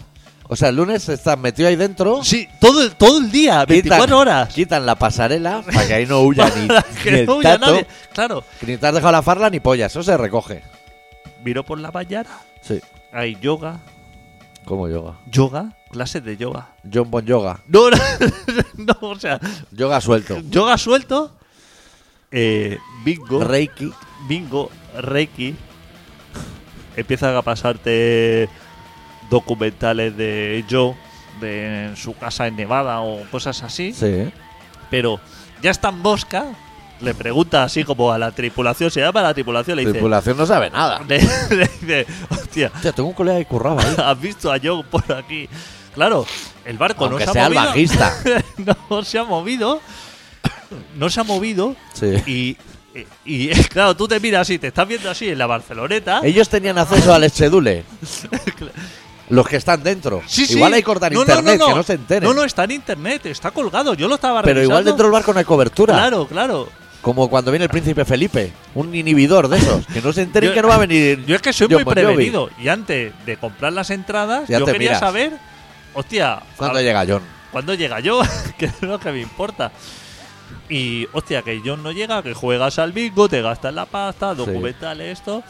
S1: O sea, el lunes estás metido ahí dentro.
S3: Sí, todo el, todo el día, 24
S1: quitan-
S3: horas.
S1: Quitan la pasarela para que ahí no
S3: (laughs)
S1: huya ni,
S3: Que
S1: ni el
S3: no huya
S1: tato,
S3: nadie. Claro,
S1: ni te has dejado la farla ni polla. Eso se recoge.
S3: miro por la mañana,
S1: Sí.
S3: hay yoga,
S1: Como yoga.
S3: yoga, clases de yoga.
S1: John Bon Yoga.
S3: No, (laughs) no, no, o sea,
S1: Yoga suelto.
S3: yoga suelto, eh, bingo,
S1: Reiki.
S3: bingo, reiki. Empiezan a pasarte documentales de Joe de en su casa en Nevada o cosas así.
S1: Sí.
S3: Pero ya está en Bosca. Le pregunta así como a la tripulación, se llama a la tripulación, le dice,
S1: Tripulación no sabe nada.
S3: (laughs) le- le dice, hostia,
S1: Hostia, tengo un colega que curraba ahí.
S3: ¿has visto a Joe por aquí? Claro, el barco
S1: Aunque
S3: no se
S1: sea
S3: ha
S1: el
S3: movido.
S1: bajista.
S3: (laughs) no se ha movido. No se ha movido.
S1: (laughs) Sí.
S3: Y, y, y, claro, tú te miras así, te estás viendo así en la Barceloneta.
S1: Ellos tenían acceso al schedule. Los que están dentro.
S3: Sí, sí.
S1: igual hay cortar
S3: No, no,
S1: internet,
S3: no, no.
S1: que no se enteren.
S3: No, no, está en internet, está colgado. Yo lo estaba
S1: pero igual
S3: revisando.
S1: dentro del barco no hay cobertura.
S3: Claro, claro.
S1: Como cuando viene el príncipe Felipe. Un inhibidor de esos. Que no se enteren
S3: Yo-
S1: que no va
S3: (laughs)
S1: a venir.
S3: Yo es que soy
S1: John
S3: muy
S1: Bon Jovi.
S3: prevenido. Y antes de comprar las entradas,
S1: Ya
S3: yo
S1: te
S3: quería
S1: miras.
S3: saber, hostia,
S1: ¿Cuándo
S3: a-
S1: llega John?
S3: ¿cuándo llega yo? (laughs) que es lo que me importa. Y, hostia, que John no llega, que juegas al bingo, te gastas la pasta, documentales, esto.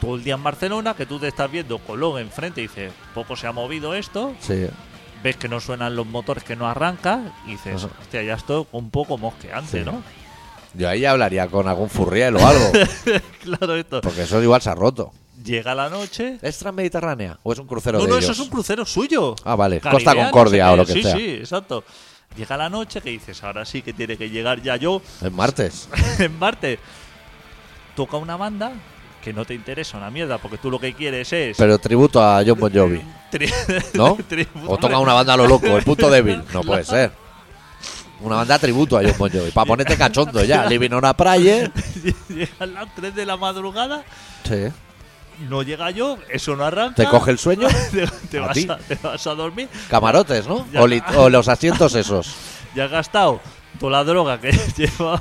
S3: Todo el día en Barcelona, que tú te estás viendo Colón enfrente y dices, poco se ha movido esto.
S1: Sí.
S3: Ves que no suenan los motores, que no arranca. Y dices,
S1: Ajá.
S3: hostia, ya estoy un poco mosqueante,
S1: Sí.
S3: ¿no? (laughs)
S1: Yo ahí hablaría con algún furriel o algo.
S3: claro, esto.
S1: porque eso igual se ha roto.
S3: Llega la noche.
S1: ¿Es Transmediterránea? ¿O es un crucero
S3: No,
S1: de
S3: no,
S1: ellos?
S3: eso es un crucero suyo.
S1: Ah, vale.
S3: Caribeano,
S1: Costa Concordia
S3: no sé
S1: o lo
S3: qué.
S1: que
S3: sí,
S1: sea.
S3: Sí, exacto. Llega la noche que dices, ahora sí que tiene que llegar ya yo (laughs)
S1: Es martes.
S3: en Marte. Toca una banda que no te interesa una mierda, porque tú lo que quieres es.
S1: Pero tributo a John Bon Jovi.
S3: (laughs) tri- (laughs)
S1: ¿No?
S3: tributo,
S1: O toca
S3: hombre.
S1: una banda a lo loco, el punto débil. No puede ser. Una banda tributo a John Bon Jovi. Para ponerte cachondo ya. Living on a Prayer.
S3: Llegan las 3 de la madrugada,
S1: Sí.
S3: no llega yo, eso no arranca.
S1: Te coge el sueño.
S3: (laughs) te, te
S1: a
S3: vas
S1: ti.
S3: a, te vas a dormir.
S1: Camarotes, ¿no?
S3: Ya.
S1: O, lit- o los asientos esos.
S3: Ya has gastado toda la droga que (laughs) lleva.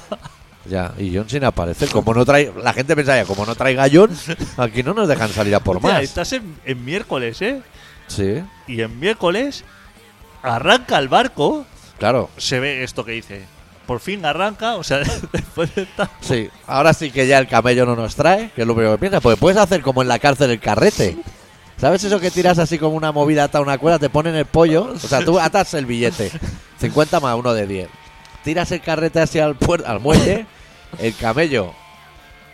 S1: Ya, y John sin aparecer. Como no trae, la gente pensaría, como no traiga a John, aquí no nos dejan salir a por
S3: Hostia,
S1: más.
S3: Estás en- en miércoles, ¿eh?
S1: Sí,
S3: y en miércoles arranca el barco.
S1: claro.
S3: Se ve esto que dice. Por fin arranca, o sea, (laughs) después de estar-
S1: Sí, ahora sí que ya el camello no nos trae, que es lo primero que piensas, porque puedes hacer como en la cárcel el carrete. ¿Sabes eso que tiras así como una movida ata una cuerda, te ponen el pollo? O sea, tú atas el billete, 50 más uno de 10. Tiras el carrete hacia el puer- al muelle, el camello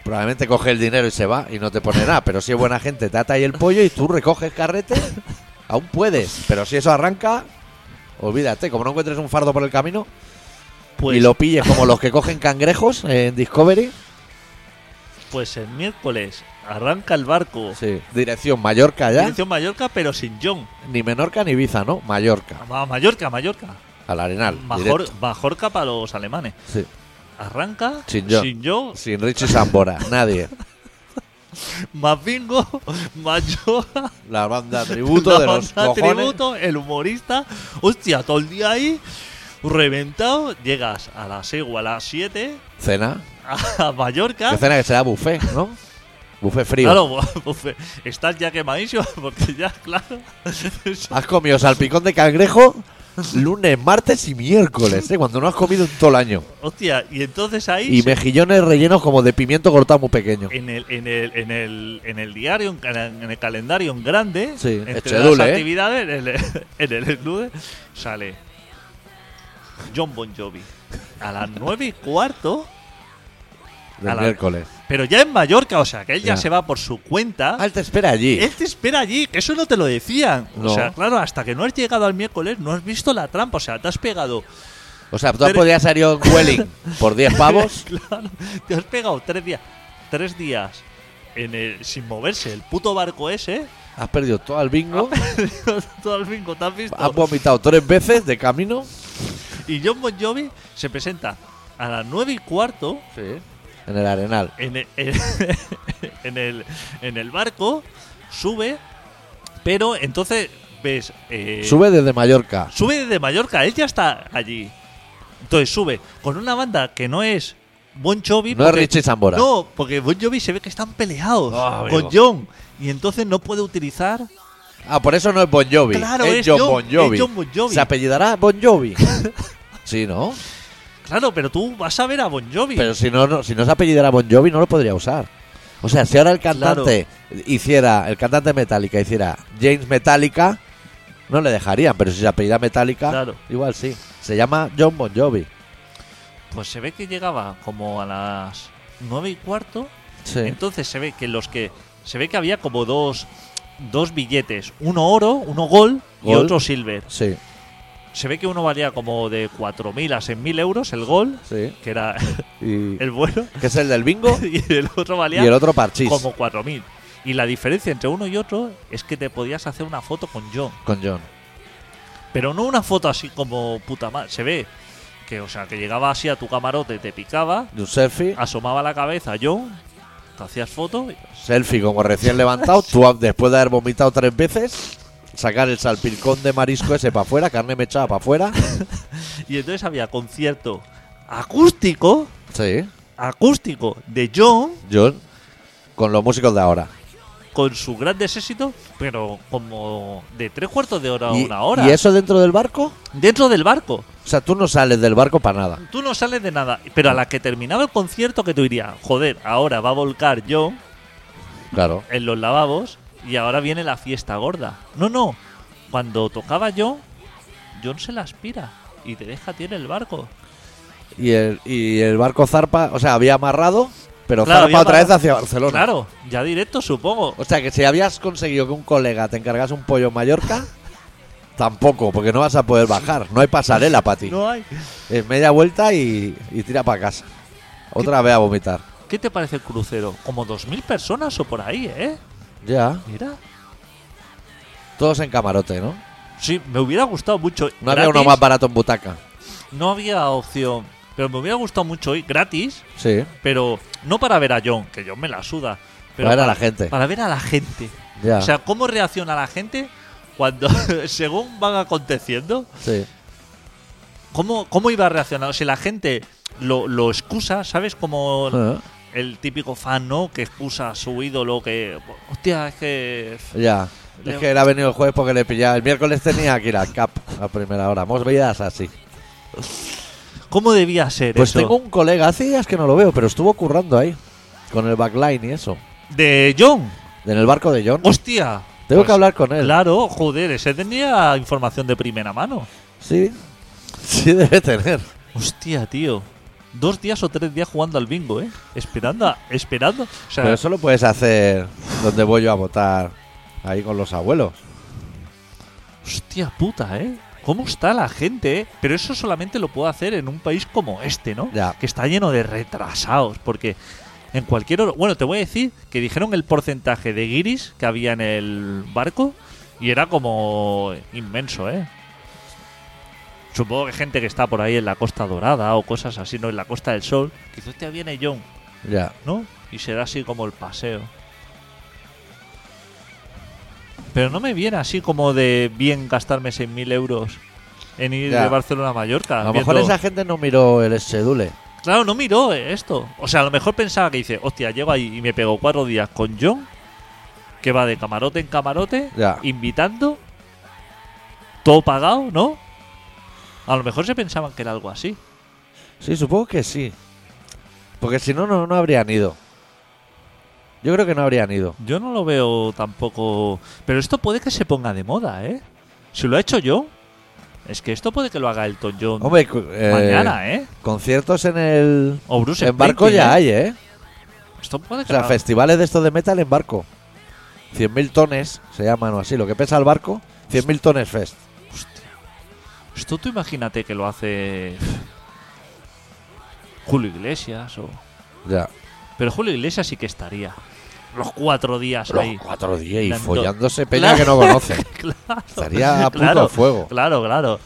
S1: probablemente coge el dinero y se va y no te pone nada, pero si es buena gente te ata ahí el pollo y tú recoges carrete, aún puedes, pero si eso arranca, olvídate, como no encuentres un fardo por el camino,
S3: pues,
S1: y lo pilles como los que cogen cangrejos en Discovery.
S3: pues el miércoles arranca el barco.
S1: Sí. Dirección Mallorca ya.
S3: Dirección Mallorca, pero sin John.
S1: Ni Menorca ni Ibiza, ¿no? Mallorca.
S3: A Mallorca, Mallorca.
S1: Al Arenal.
S3: Mejor,
S1: directo.
S3: Mallorca para los alemanes.
S1: Sí.
S3: Arranca
S1: Sin John.
S3: John,
S1: Sin Richie
S3: (laughs)
S1: Sambora. Nadie.
S3: más bingo, (laughs) más John,
S1: La banda tributo
S3: (laughs)
S1: de los
S3: banda
S1: cojones.
S3: tributo, el humorista. Hostia, todo el día ahí, reventado. Llegas a las 6 o a las 7
S1: Cena.
S3: a Mallorca.
S1: Que cena que será buffet, ¿no? Buffet frío.
S3: Claro, (laughs) bufe, estás ya quemadísimo (laughs) porque ya, claro. (laughs)
S1: Has comido salpicón de cangrejo lunes, martes y miércoles, ¿eh? Cuando no has comido en todo el año.
S3: Hostia, y entonces ahí
S1: Y
S3: se-
S1: mejillones rellenos como de pimiento cortado muy pequeño.
S3: en, el, en, el, en, el, en el diario, en, ca- en el calendario en grande,
S1: Sí,
S3: entre
S1: Echedule,
S3: las
S1: ¿eh?
S3: actividades, en el, (laughs) en el esnude, sale John Bon Jovi a las nueve y cuarto,
S1: Del
S3: a la-
S1: miércoles.
S3: pero ya en Mallorca, o sea, que él ya,
S1: Ya.
S3: se va por su cuenta.
S1: Ah, él te espera allí.
S3: Él te espera allí, que eso no te lo decían.
S1: No.
S3: O sea, claro, hasta que no has llegado al miércoles no has visto la trampa. O sea, te has pegado
S1: O sea, tú
S3: Pero-
S1: podías salir a un
S3: (laughs)
S1: Welling por 10 pavos.
S3: Claro, te has pegado tres días, tres días en el- sin moverse el puto barco ese. (laughs)
S1: Has perdido todo el bingo.
S3: todo el bingo, ¿te has visto?
S1: Has vomitado tres veces de camino.
S3: Y John Bon Jovi se presenta a las nueve y cuarto
S1: Sí. En el arenal.
S3: en el, en, (laughs) en el, en el barco, sube, pero entonces ves. eh,
S1: Sube desde Mallorca.
S3: sube desde Mallorca, él ya está allí. Entonces sube con una banda que no es Bon Jovi.
S1: No es
S3: porque-
S1: Richie Sambora.
S3: No, porque Bon Jovi se ve que están peleados
S1: Ah,
S3: con
S1: amigo.
S3: John. Y entonces no puede utilizar.
S1: Ah, por eso no es Bon Jovi.
S3: Claro,
S1: es,
S3: es
S1: John
S3: John-
S1: Bon Jovi.
S3: es John Bon Jovi.
S1: Se apellidará Bon
S3: (laughs)
S1: Jovi. sí, ¿no?
S3: Claro, pero tú vas a ver a Bon Jovi.
S1: Pero si no, no- si no se apellidara Bon Jovi, no lo podría usar. O sea, si ahora el cantante hiciera, el cantante Metallica hiciera James Metallica, no le dejarían. Pero si se apellida Metallica,
S3: Claro.
S1: igual sí. Se llama John Bon Jovi.
S3: Pues se ve que llegaba como a las nueve y cuarto.
S1: Sí.
S3: Entonces se ve que los que. Se ve que había como dos. Dos billetes, uno oro, uno gol y
S1: Gol.
S3: otro silver.
S1: Sí,
S3: Se ve que uno valía como de 4.000 a 6.000 euros el gol,
S1: sí.
S3: que era (laughs)
S1: Y-
S3: el bueno,
S1: que es el del
S3: (laughs)
S1: (laughs) bingo
S3: y el otro
S1: y
S3: valía
S1: el otro parchís
S3: como 4.000. Y la diferencia entre uno y otro es que te podías hacer una foto con John.
S1: con John.
S3: Pero no una foto así como puta madre. Se ve que, o sea, que llegaba así a tu camarote, te picaba,
S1: De un selfie,
S3: asomaba la cabeza John, te hacías foto. y-
S1: selfie como recién levantado, tú después de haber vomitado tres veces sacar el salpicón de marisco ese para afuera, carne mechada para afuera.
S3: Y entonces había concierto acústico,
S1: Sí,
S3: acústico de John
S1: John, con los músicos de ahora.
S3: con sus grandes éxitos, pero como de tres cuartos de hora a
S1: ¿Y,
S3: una hora.
S1: ¿Y eso dentro del barco?
S3: Dentro del barco.
S1: O sea, tú no sales del barco para nada.
S3: Tú no sales de nada. Pero a la que terminaba el concierto, que tú dirías, joder, ahora va a volcar John
S1: Claro.
S3: en los lavabos y ahora viene la fiesta gorda. No, no. Cuando tocaba John, John se la aspira y te deja a ti en el barco.
S1: Y el, y el barco zarpa, o sea, había amarrado, pero zarpa
S3: Claro, había
S1: otra vez
S3: amarrado.
S1: hacia Barcelona.
S3: Claro, ya directo supongo.
S1: O sea, que si habías conseguido que un colega te encargase un pollo en Mallorca, tampoco, porque no vas a poder bajar. No hay pasarela para ti.
S3: No hay.
S1: Es Eh, media vuelta y, y tira para casa. Otra vez a vomitar.
S3: ¿Qué te parece el crucero? Como 2.000 personas o por ahí, ¿eh?
S1: Ya.
S3: Mira.
S1: Todos en camarote, ¿no?
S3: Sí, me hubiera gustado mucho.
S1: No había uno
S3: gratis.
S1: más barato en butaca.
S3: No había opción. Pero me hubiera gustado mucho ir gratis,
S1: Sí.
S3: pero no para ver a John, que John me la suda. Pero
S1: Para ver a la gente.
S3: Para ver a la gente.
S1: Ya.
S3: O sea, cómo reacciona la gente cuando, (laughs) según van aconteciendo,
S1: sí.
S3: cómo, cómo iba a reaccionar. Si la gente lo, lo excusa, ¿sabes? Como
S1: Ah,
S3: el típico fan, ¿no? Que excusa a su ídolo, que, hostia, es que...
S1: Ya. Es
S3: Leo.
S1: que él ha venido el jueves porque le pillaba. El miércoles tenía aquí la cap a primera hora. Movidas así.
S3: ¿Cómo debía ser
S1: Pues
S3: eso?
S1: tengo un colega, hace días que no lo veo, pero estuvo currando ahí. Con el backline y eso.
S3: De John.
S1: En el barco de John.
S3: Hostia.
S1: Tengo
S3: Pues,
S1: que hablar con él.
S3: Claro, joder, ese tenía información de primera mano.
S1: Sí. Sí debe tener.
S3: Hostia, tío. Dos días o tres días jugando al bingo, ¿eh? Esperando, a- esperando. O sea,
S1: Pero eso lo puedes hacer donde voy yo a votar. Ahí con los abuelos.
S3: hostia puta, ¿eh? ¿Cómo está la gente, eh? Pero eso solamente lo puedo hacer en un país como este, ¿no?
S1: Ya.
S3: Que está lleno de retrasados, porque en cualquier hora... Bueno, te voy a decir que dijeron el porcentaje de guiris que había en el barco y era como inmenso, ¿eh? Supongo que gente que está por ahí en la Costa Dorada o cosas así, ¿no? En la Costa del Sol, que dice, hostia, viene John.
S1: Ya.
S3: ¿no? Y será así como el paseo. Pero no me viene así como de bien gastarme 6.000 euros en ir
S1: Ya.
S3: de Barcelona a Mallorca.
S1: A lo
S3: viendo-
S1: mejor esa gente no miró el schedule.
S3: Claro, no miró eh, esto. O sea, a lo mejor pensaba que dice, hostia, llego ahí y me pego cuatro días con John, que va de camarote en camarote,
S1: Ya.
S3: invitando, todo pagado, ¿no? A lo mejor se pensaban que era algo así.
S1: Sí, supongo que sí. Porque si no, no, no habrían ido. Yo creo que no habrían ido.
S3: Yo no lo veo tampoco. Pero esto puede que se ponga de moda, ¿eh? Si lo ha hecho yo, es que esto puede que lo haga Elton John
S1: Hombre, cu- eh,
S3: mañana, ¿eh?
S1: conciertos en el.
S3: O Bruce
S1: En barco
S3: Springsteen,
S1: ya
S3: ¿eh? Ah.
S1: hay, ¿eh?
S3: Esto puede
S1: O
S3: que
S1: sea,
S3: lo haga.
S1: festivales de estos de metal en barco. 100.000 tones se llaman o así. Lo que pesa el barco, 100.000 tones fest.
S3: Hostia. Esto tú imagínate que lo hace. Julio Iglesias o.
S1: Ya.
S3: Pero Julio Iglesias sí que estaría. Los cuatro días
S1: Los
S3: ahí.
S1: cuatro días y
S3: Dando-
S1: follándose peña
S3: Claro.
S1: que no conoce.
S3: (laughs) Claro.
S1: Estaría a puto
S3: Claro.
S1: fuego.
S3: Claro, claro.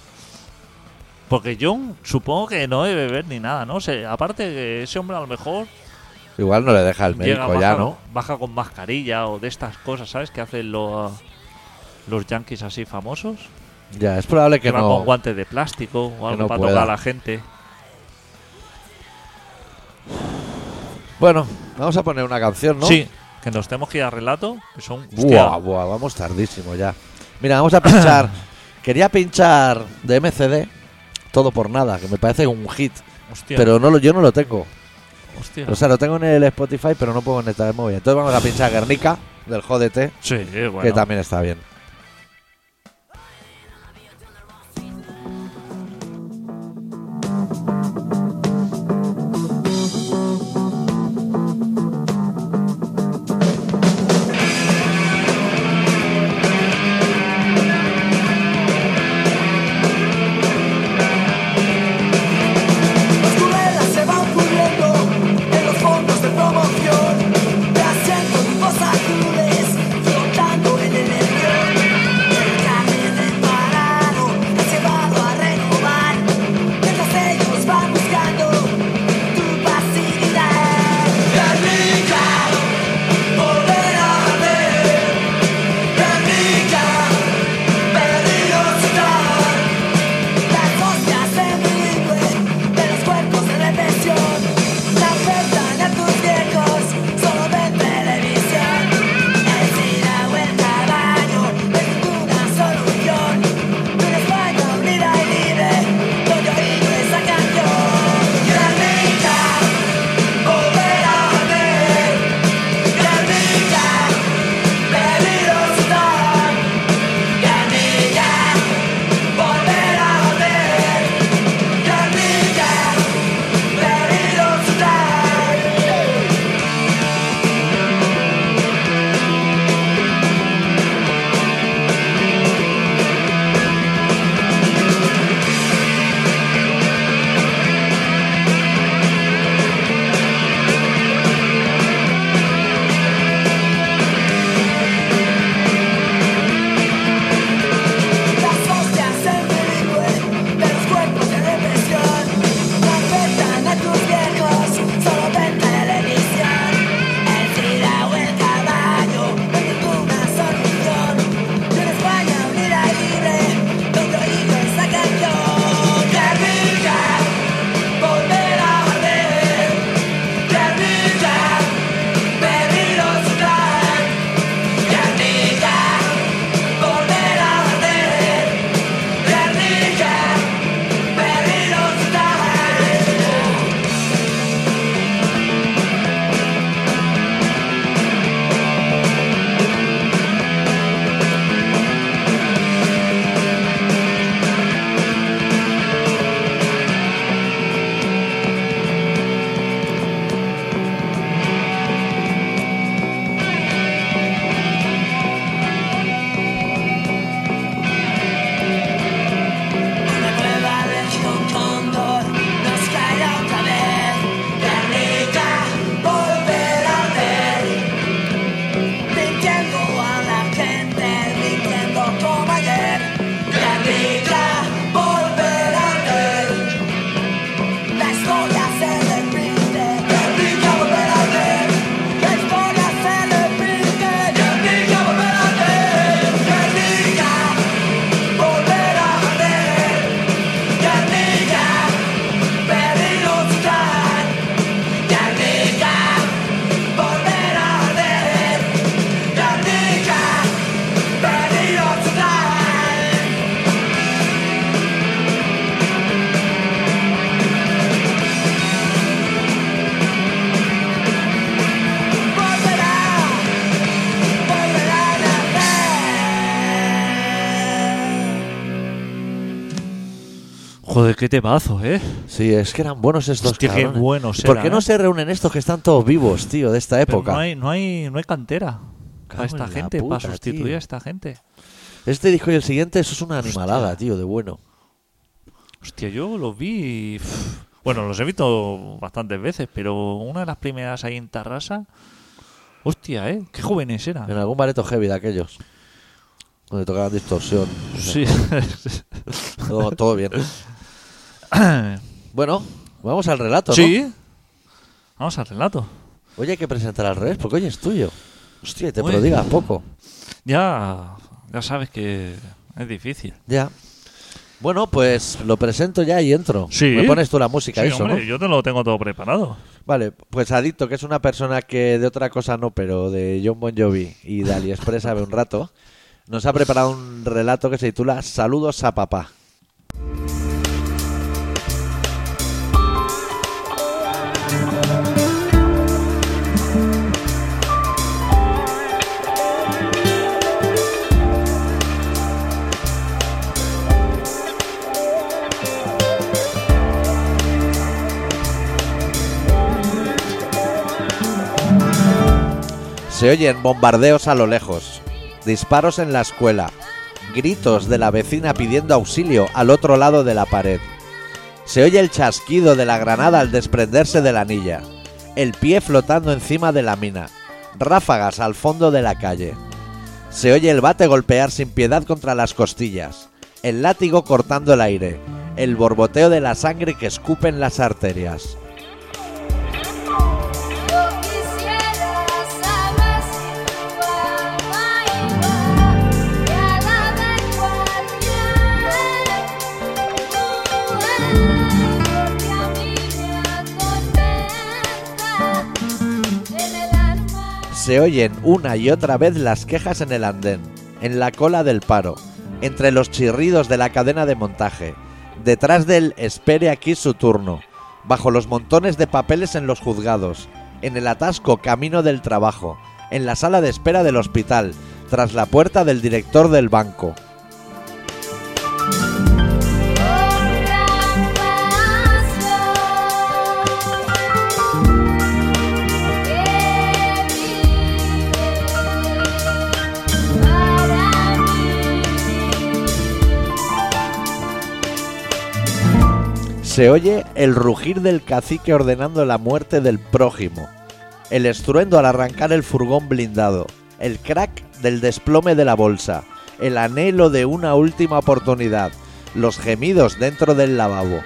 S3: Porque John supongo que no debe beber ni nada, ¿no? Se- aparte que ese hombre a lo mejor
S1: Igual no le deja el
S3: llega
S1: médico
S3: baja,
S1: ya, ¿no?
S3: baja con mascarilla o de estas cosas, ¿sabes? Que hacen lo- los yankees así famosos.
S1: Ya, es probable
S3: Que
S1: que
S3: van con
S1: no.
S3: guantes de plástico o algo
S1: no
S3: para
S1: pueda.
S3: tocar a la gente.
S1: Bueno, vamos a poner una canción, ¿no?
S3: Sí, que nos tenemos que ir a relato. Que son. hostia,
S1: Buah, buah, vamos tardísimo ya. Mira, vamos a
S3: (clears throat)
S1: pinchar. Quería pinchar de MCD todo por nada, que me parece un hit,
S3: hostia,
S1: pero no lo, yo no lo tengo.
S3: hostia.
S1: O sea, lo tengo en el Spotify, pero no puedo conectar el móvil. Entonces vamos a pinchar Guernica del Jódete,
S3: sí, eh, bueno.
S1: que también está bien.
S2: Las cubetas se van cubriendo en los fondos de promoción, de asientos y posacudes, flotando en el avión.
S3: Joder, qué temazo, ¿eh?
S1: Sí, es que eran buenos estos
S3: Hostia, qué
S1: cabrones.
S3: buenos
S1: ¿Por
S3: eran,
S1: qué
S3: eh?
S1: no se reúnen estos que están todos vivos, tío, de esta
S3: Pero
S1: época?
S3: no hay, no hay, no hay cantera
S1: Cago
S3: para
S1: en
S3: esta
S1: la
S3: gente,
S1: puta,
S3: para sustituir
S1: tío.
S3: a esta gente.
S1: Este disco y el siguiente, eso es una animalada, tío, de bueno.
S3: Hostia, yo los vi. y, pff, Bueno, los he visto bastantes veces, pero una de las primeras ahí en Tarrasa. Hostia, ¿eh? Qué jóvenes
S1: En
S3: eran.
S1: algún bareto heavy de aquellos. Donde tocaban distorsión.
S3: Sí. (laughs)
S1: Todo, todo bien. Bueno, vamos al relato, ¿no?
S3: sí. Vamos al relato.
S1: Oye, hay que presentar al revés, porque hoy es tuyo. Hostia, y te
S3: Uy.
S1: prodigas poco.
S3: Ya, ya sabes que es difícil.
S1: Ya. Bueno, pues lo presento ya y entro.
S3: Sí.
S1: Me pones tú la música,
S3: Sí,
S1: eso,
S3: hombre,
S1: ¿no?
S3: yo te lo tengo todo preparado.
S1: Vale, pues Adicto, que es una persona que de otra cosa no, pero de John Bon Jovi y de AliExpress sabe un rato, nos ha preparado un relato que se titula Saludos a papá. Se oyen bombardeos a lo lejos, disparos en la escuela, gritos de la vecina pidiendo auxilio al otro lado de la pared. Se oye el chasquido de la granada al desprenderse de la anilla, el pie flotando encima de la mina, ráfagas al fondo de la calle. Se oye el bate golpear sin piedad contra las costillas, el látigo cortando el aire, el borboteo de la sangre que escupen las arterias.
S4: Yo quisiera saber si tu alma igual que a la de cualquier mujer, porque a mí me atormenta en el alma.
S1: Se oyen una y otra vez las quejas en el andén, en la cola del paro, entre los chirridos de la cadena de montaje, detrás del espere aquí su turno, bajo los montones de papeles en los juzgados, en el atasco camino del trabajo, en la sala de espera del hospital, tras la puerta del director del banco.
S4: Un gran paso que vive para mí.
S1: Se oye el rugir del cacique ordenando la muerte del prójimo, el estruendo al arrancar el furgón blindado, el crack del desplome de la bolsa, el anhelo de una última oportunidad, los gemidos dentro del lavabo.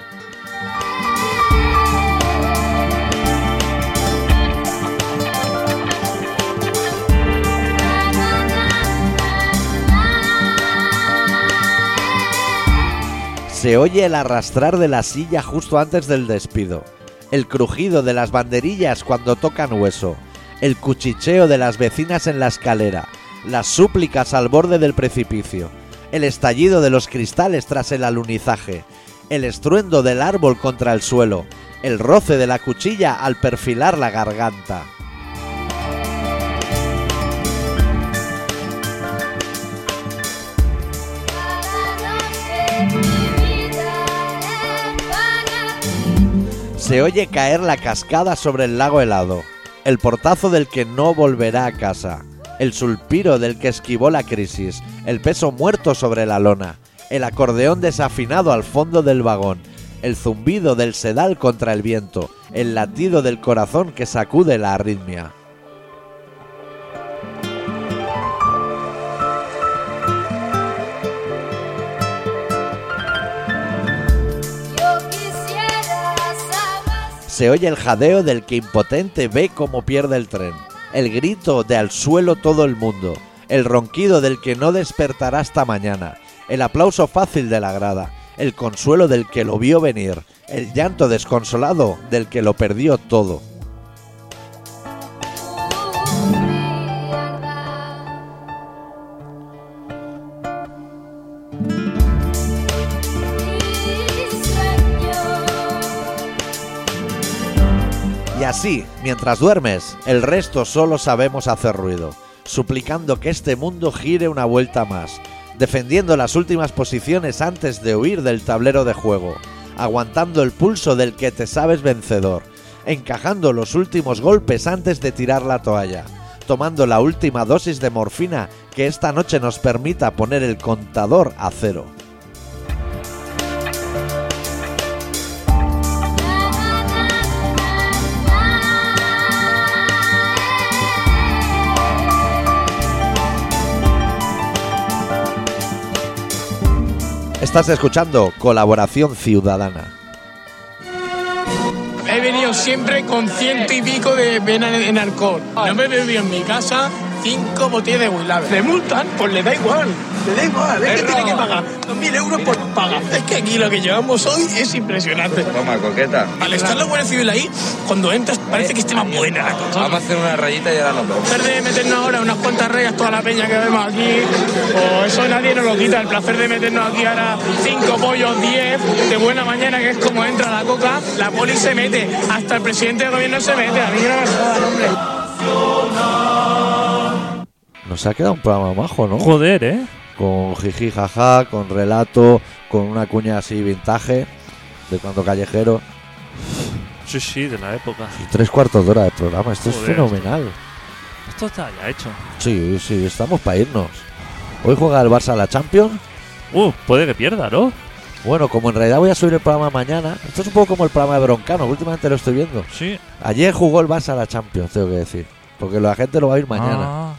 S1: Se oye el arrastrar de la silla justo antes del despido, el crujido de las banderillas cuando tocan hueso, el cuchicheo de las vecinas en la escalera, las súplicas al borde del precipicio, el estallido de los cristales tras el alunizaje, el estruendo del árbol contra el suelo, el roce de la cuchilla al perfilar la garganta.
S4: Cada noche mi vida es para ti.
S1: Se oye caer la cascada sobre el lago helado, el portazo del que no volverá a casa, el sulpiro del que esquivó la crisis, el peso muerto sobre la lona, el acordeón desafinado al fondo del vagón, el zumbido del sedal contra el viento, el latido del corazón que sacude la arritmia.
S4: Yo quisiera saber
S1: Se oye el jadeo del que impotente ve cómo pierde el tren, el grito de al suelo todo el mundo, el ronquido del que no despertará hasta mañana, el aplauso fácil de la grada, el consuelo del que lo vio venir, el llanto desconsolado del que lo perdió todo.
S4: tu frialdad. Mi sueño
S1: Y así, mientras duermes, el resto solo sabemos hacer ruido, suplicando que este mundo gire una vuelta más, defendiendo las últimas posiciones antes de huir del tablero de juego, aguantando el pulso del que te sabes vencedor, encajando los últimos golpes antes de tirar la toalla, tomando la última dosis de morfina que esta noche nos permita poner el contador a cero. Estás escuchando Colaboración Ciudadana.
S5: He venido siempre con ciento y pico de vena en, en alcohol. No me he bebido en mi casa cinco botellas de Willave. Le multan, pues le da igual. Le da igual, es que tiene que pagar. Dos mil euros por paga. Es que aquí lo que llevamos hoy es impresionante.
S6: Toma, coqueta.
S5: Al estar la Guardia Civil ahí, cuando entras parece que esté más buena la cosa.
S6: Vamos a hacer una rayita y ahora nos vemos.
S5: placer de meternos ahora unas cuantas rayas toda la peña que vemos aquí, o eso nadie nos lo quita, el placer de meternos aquí ahora cinco pollos, diez, de buena mañana que es como entra la coca, la poli se mete, hasta el presidente del gobierno se mete, a mí no me jodan, hombre.
S1: Nos ha quedado un programa majo, ¿no?
S3: Joder, ¿eh?
S1: Con jiji jaja, con relato, con una cuña así vintage, de cuando callejero.
S3: Sí, sí, de la época.
S1: Y tres cuartos de hora de programa, esto
S3: Joder.
S1: es fenomenal.
S3: Esto está ya hecho.
S1: Sí, sí, estamos para irnos. Hoy juega el Barça a la Champions.
S3: Uh, puede que pierda, ¿no?
S1: Bueno, como en realidad voy a subir el programa mañana, esto es un poco como el programa de Broncano, que últimamente lo estoy viendo.
S3: Sí.
S1: Ayer jugó el Barça a la Champions, tengo que decir. Porque la gente lo va a ir mañana.
S3: Ah.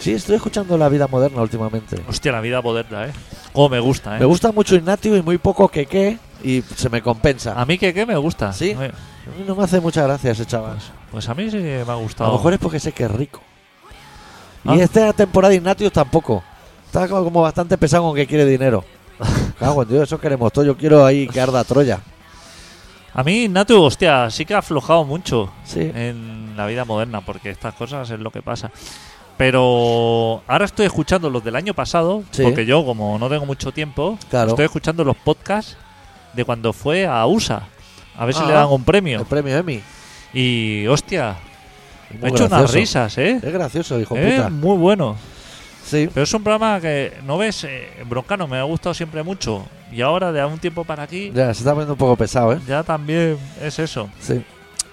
S1: Sí, estoy escuchando la vida moderna últimamente.
S3: Hostia, la vida moderna, ¿eh? Como me gusta, ¿eh?
S1: Me gusta mucho Ignatio y muy poco Keke y se me compensa.
S3: A mí que qué me gusta.
S1: ¿Sí?
S3: Oye,
S1: A mí no me hace muchas gracias ese chaval.
S3: Pues a mí sí que me ha
S1: A
S3: gustado.
S1: lo mejor es porque sé que es rico. Y
S3: Ah.
S1: esta temporada de Ignatius tampoco. Está como como bastante pesado con que quiere
S3: (laughs)
S1: dinero. Cago en Dios, eso queremos todo. Yo quiero ahí que arda Troya.
S3: A mí, Natu, hostia, sí que ha aflojado mucho
S1: Sí.
S3: en la vida moderna, porque estas cosas es lo que pasa. Pero ahora estoy escuchando los del año pasado,
S1: Sí.
S3: porque yo, como no tengo mucho tiempo,
S1: Claro.
S3: estoy escuchando los podcasts de cuando fue a USA. A ver si
S1: Ah.
S3: le dan un premio.
S1: El premio Emmy.
S3: Y, hostia,
S1: Muy
S3: me he hecho unas
S1: gracioso.
S3: risas, ¿eh?
S1: Es gracioso, hijo
S3: Eh,
S1: puta.
S3: muy bueno.
S1: Sí.
S3: Pero es un programa que, ¿no ves? Eh, Broncano me ha gustado siempre mucho. Y ahora, de un tiempo para aquí,
S1: Ya, se está poniendo un poco pesado, ¿eh?
S3: ya también es eso.
S1: Sí.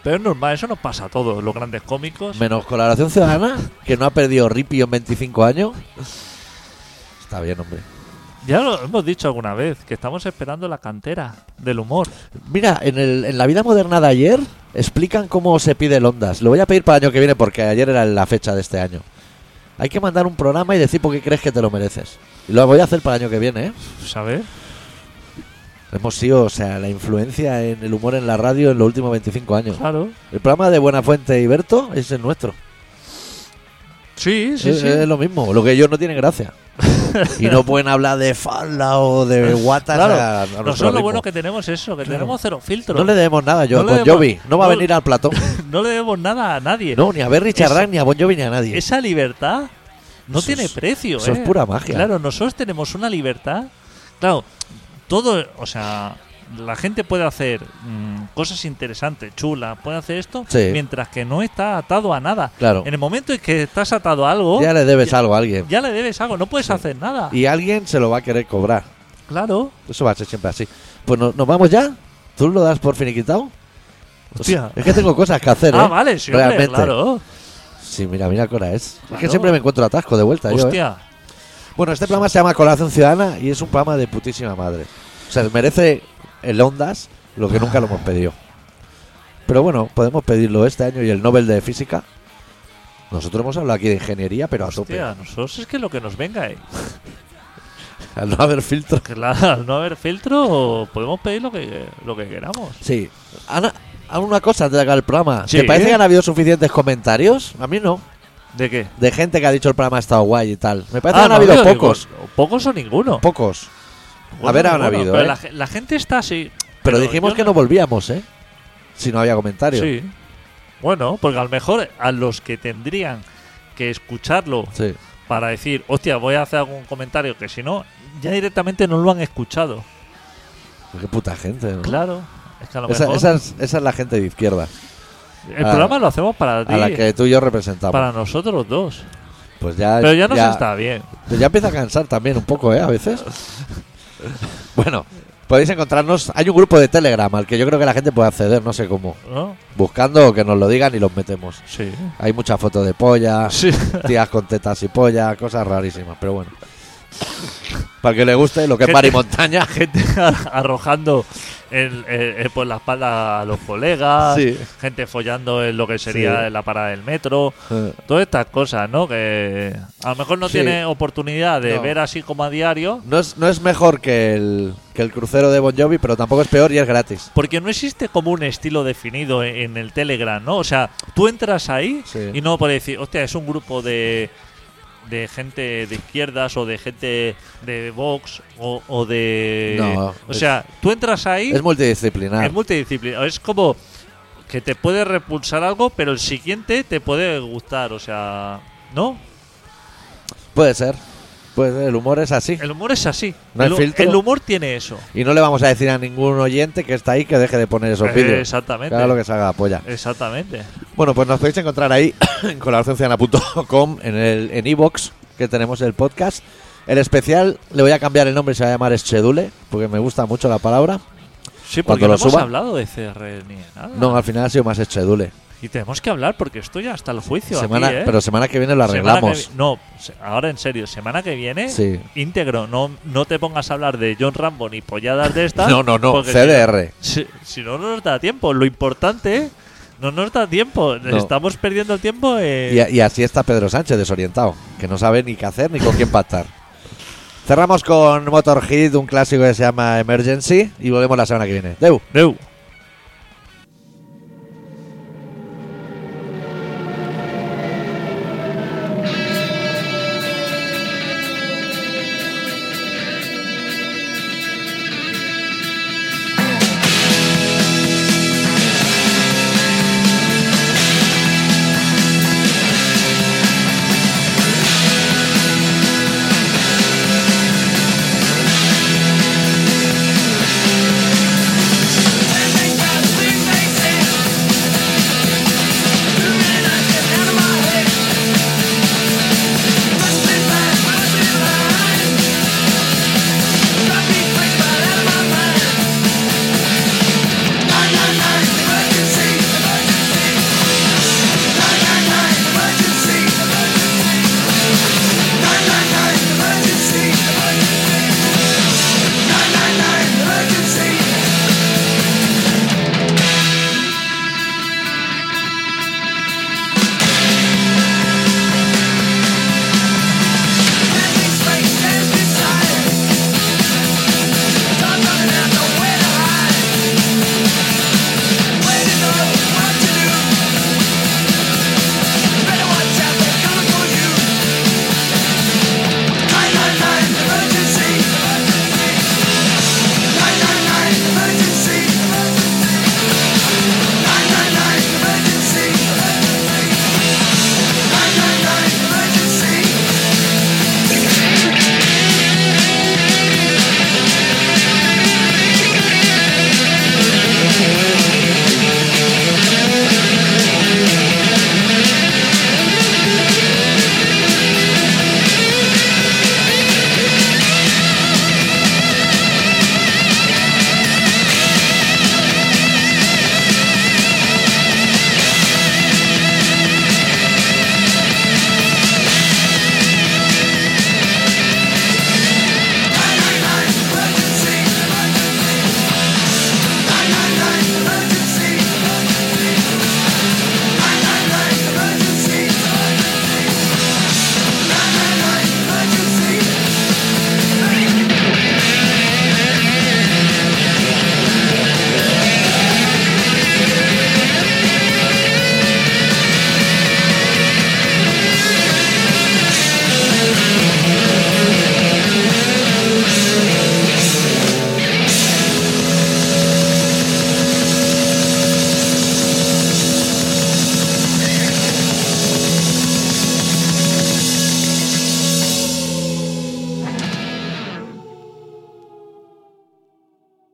S3: Pero es normal, eso nos pasa a todos, los grandes cómicos.
S1: Menos colaboración ciudadana, que no ha perdido ripio en 25 años. Está bien, hombre.
S3: Ya lo hemos dicho alguna vez, que estamos esperando la cantera del humor.
S1: Mira, en, el- en la vida moderna de ayer explican cómo se pide el Ondas. Lo voy a pedir para el año que viene porque ayer era la fecha de este año. Hay que mandar un programa y decir por qué crees que te lo mereces. Y lo voy a hacer para el año que viene, ¿eh?
S3: ¿Sabes?
S1: Hemos sido, o sea, la influencia en el humor en la radio en los últimos 25 años.
S3: Claro.
S1: El programa de Buena Fuente y Berto es el nuestro.
S3: Sí, sí,
S1: es,
S3: sí.
S1: es lo mismo, lo que ellos no tienen
S3: (laughs)
S1: gracia. y no pueden hablar de falda o de guatas
S3: Claro,
S1: a- a nuestro
S3: Nosotros lo
S1: ritmo.
S3: bueno que tenemos es eso, que
S1: Claro.
S3: tenemos cero filtro.
S1: No le debemos nada yo,
S3: No le
S1: con
S3: debemos-
S1: Jovi. No va a
S3: no-
S1: venir al platón.
S3: (laughs) No le debemos nada a nadie.
S1: No, ni a Berry
S3: Esa-
S1: Charrán, ni a Bon Jovi, ni a nadie.
S3: Esa libertad no
S1: Eso
S3: tiene
S1: es-
S3: precio.
S1: eso es
S3: ¿eh?
S1: pura magia.
S3: Claro, nosotros tenemos una libertad. Claro, todo, o sea, la gente puede hacer mm, cosas interesantes, chulas, puede hacer esto,
S1: Sí.
S3: mientras que no está atado a nada.
S1: Claro.
S3: En el momento en que estás atado a algo,
S1: Ya
S3: ya,
S1: le debes algo a alguien.
S3: le debes algo, no puedes hacer nada.
S1: Y alguien se lo va a querer cobrar.
S3: Claro.
S1: Eso va a ser siempre así. Pues no- nos vamos ya. ¿Tú lo das por finiquitado? Pues
S3: Hostia.
S1: Es que tengo cosas que hacer,
S3: (laughs) Ah,
S1: ¿eh?
S3: vale, sí, hombre,
S1: Realmente.
S3: claro.
S1: Sí, mira, mira qué hora es. Es que
S3: Claro.
S1: siempre me encuentro atasco de vuelta yo, ¿eh?
S3: Hostia.
S1: Bueno, este programa se llama Colaboración Ciudadana y es un programa de putísima madre. O sea, merece el Ondas lo que nunca lo hemos pedido. Pero bueno, podemos pedirlo este año y el Nobel de Física. Nosotros hemos hablado aquí de ingeniería, pero a tope.
S3: Hostia, nosotros es que lo que nos venga, ¿eh?
S1: Al no haber filtro.
S3: Claro, (laughs) al no haber filtro, podemos pedir lo que, lo que queramos.
S1: Sí. Ana, a una cosa antes de acabar el programa.
S3: Sí.
S1: ¿Te parece que han habido suficientes comentarios? A mí no.
S3: ¿De qué?
S1: De gente que ha dicho el programa ha estado guay y tal. Me parece que han
S3: Ah, no,
S1: habido
S3: yo digo,
S1: pocos.
S3: pocos o ninguno.
S1: Pocos.
S3: Bueno,
S1: a ver, han
S3: bueno,
S1: habido.
S3: pero
S1: ¿eh?
S3: la, ge- la gente está así.
S1: Pero, dijimos
S3: yo
S1: que no volvíamos, ¿eh? Si no había comentarios.
S3: Sí. Bueno, porque a lo mejor a los que tendrían que escucharlo
S1: Sí.
S3: para decir, hostia, voy a hacer algún comentario, que si no, ya directamente no lo han escuchado.
S1: Qué puta gente. ¿no?
S3: Claro. Es que a lo
S1: Esa,
S3: mejor.
S1: esa es, esa es la gente de izquierda.
S3: el
S1: a-
S3: programa lo hacemos para ti,
S1: A la que tú y yo representamos.
S3: para nosotros los dos.
S1: Pues ya.
S3: Pero ya nos
S1: ya,
S3: está bien. (laughs)
S1: ya empieza a cansar también un poco, ¿eh? A veces. bueno, podéis encontrarnos. Hay un grupo de Telegram al que yo creo que la gente puede acceder, no sé cómo.
S3: ¿No?
S1: Buscando que nos lo digan y los metemos.
S3: Sí.
S1: Hay muchas fotos de polla,
S3: Sí. (laughs)
S1: tías con tetas y polla, cosas rarísimas, pero bueno. Para que le guste
S3: (laughs)
S1: lo que es
S3: Gente-
S1: mar y montaña.
S3: Gente (laughs) arrojando el- el- el por la espalda a los colegas.
S1: Sí.
S3: Gente follando en lo que sería
S1: Sí.
S3: la parada del metro.
S1: Eh,
S3: Todas estas cosas, ¿no? Que a lo mejor no
S1: Sí.
S3: tiene oportunidad de
S1: No.
S3: ver así como a diario.
S1: No es, no es mejor que el, que el crucero de Bon Jovi, pero tampoco es peor y es gratis.
S3: Porque no existe como un estilo definido e-, en, en el Telegram, ¿no? O sea, tú entras ahí
S1: Sí.
S3: y no puedes decir, hostia, es un grupo de, de gente de izquierdas o de gente de Vox o, o de...
S1: No,
S3: o
S1: es-
S3: sea, tú entras ahí,
S1: Es multidisciplinar.
S3: es multidisciplinar, es como que te puede repulsar algo, pero el siguiente te puede gustar, o sea, ¿no?
S1: Puede ser. Puede ser, el humor es así.
S3: El humor es así.
S1: No hay
S3: el, hu-
S1: filtro.
S3: el humor tiene eso.
S1: Y no le vamos a decir a ningún oyente que está ahí que deje de poner esos
S3: Eh,
S1: vídeos.
S3: exactamente.
S1: Que haga lo que salga la polla.
S3: Exactamente.
S1: Bueno, pues nos podéis encontrar ahí (coughs) en colaboracionciana.com, en el en iVoox, que tenemos el podcast. El especial le voy a cambiar el nombre, se va a llamar Schedule, porque me gusta mucho la palabra. Cuando
S3: Sí, porque no
S1: lo
S3: hemos
S1: suba-
S3: hablado de CR ni de nada.
S1: No, al final ha sido más Schedule.
S3: Y tenemos que hablar porque estoy hasta el juicio.
S1: Semana,
S3: aquí, ¿eh?
S1: Pero semana que viene lo
S3: Semana
S1: arreglamos.
S3: que vi- no, se- ahora en serio, semana que viene,
S1: Sí.
S3: íntegro. No, no te pongas a hablar de John Rambo ni polladas de estas.
S1: (laughs) No, no, no,
S3: porque
S1: CDR.
S3: Si, si no, no nos da tiempo. Lo importante, no nos da tiempo.
S1: No.
S3: Estamos perdiendo el tiempo.
S1: Y,
S3: Eh,
S1: a- y así está Pedro Sánchez, desorientado, que no sabe ni qué hacer ni con quién pactar. Cerramos con Motorhead, un clásico que se llama Emergency, y volvemos la semana que viene. Deu.
S3: Deu.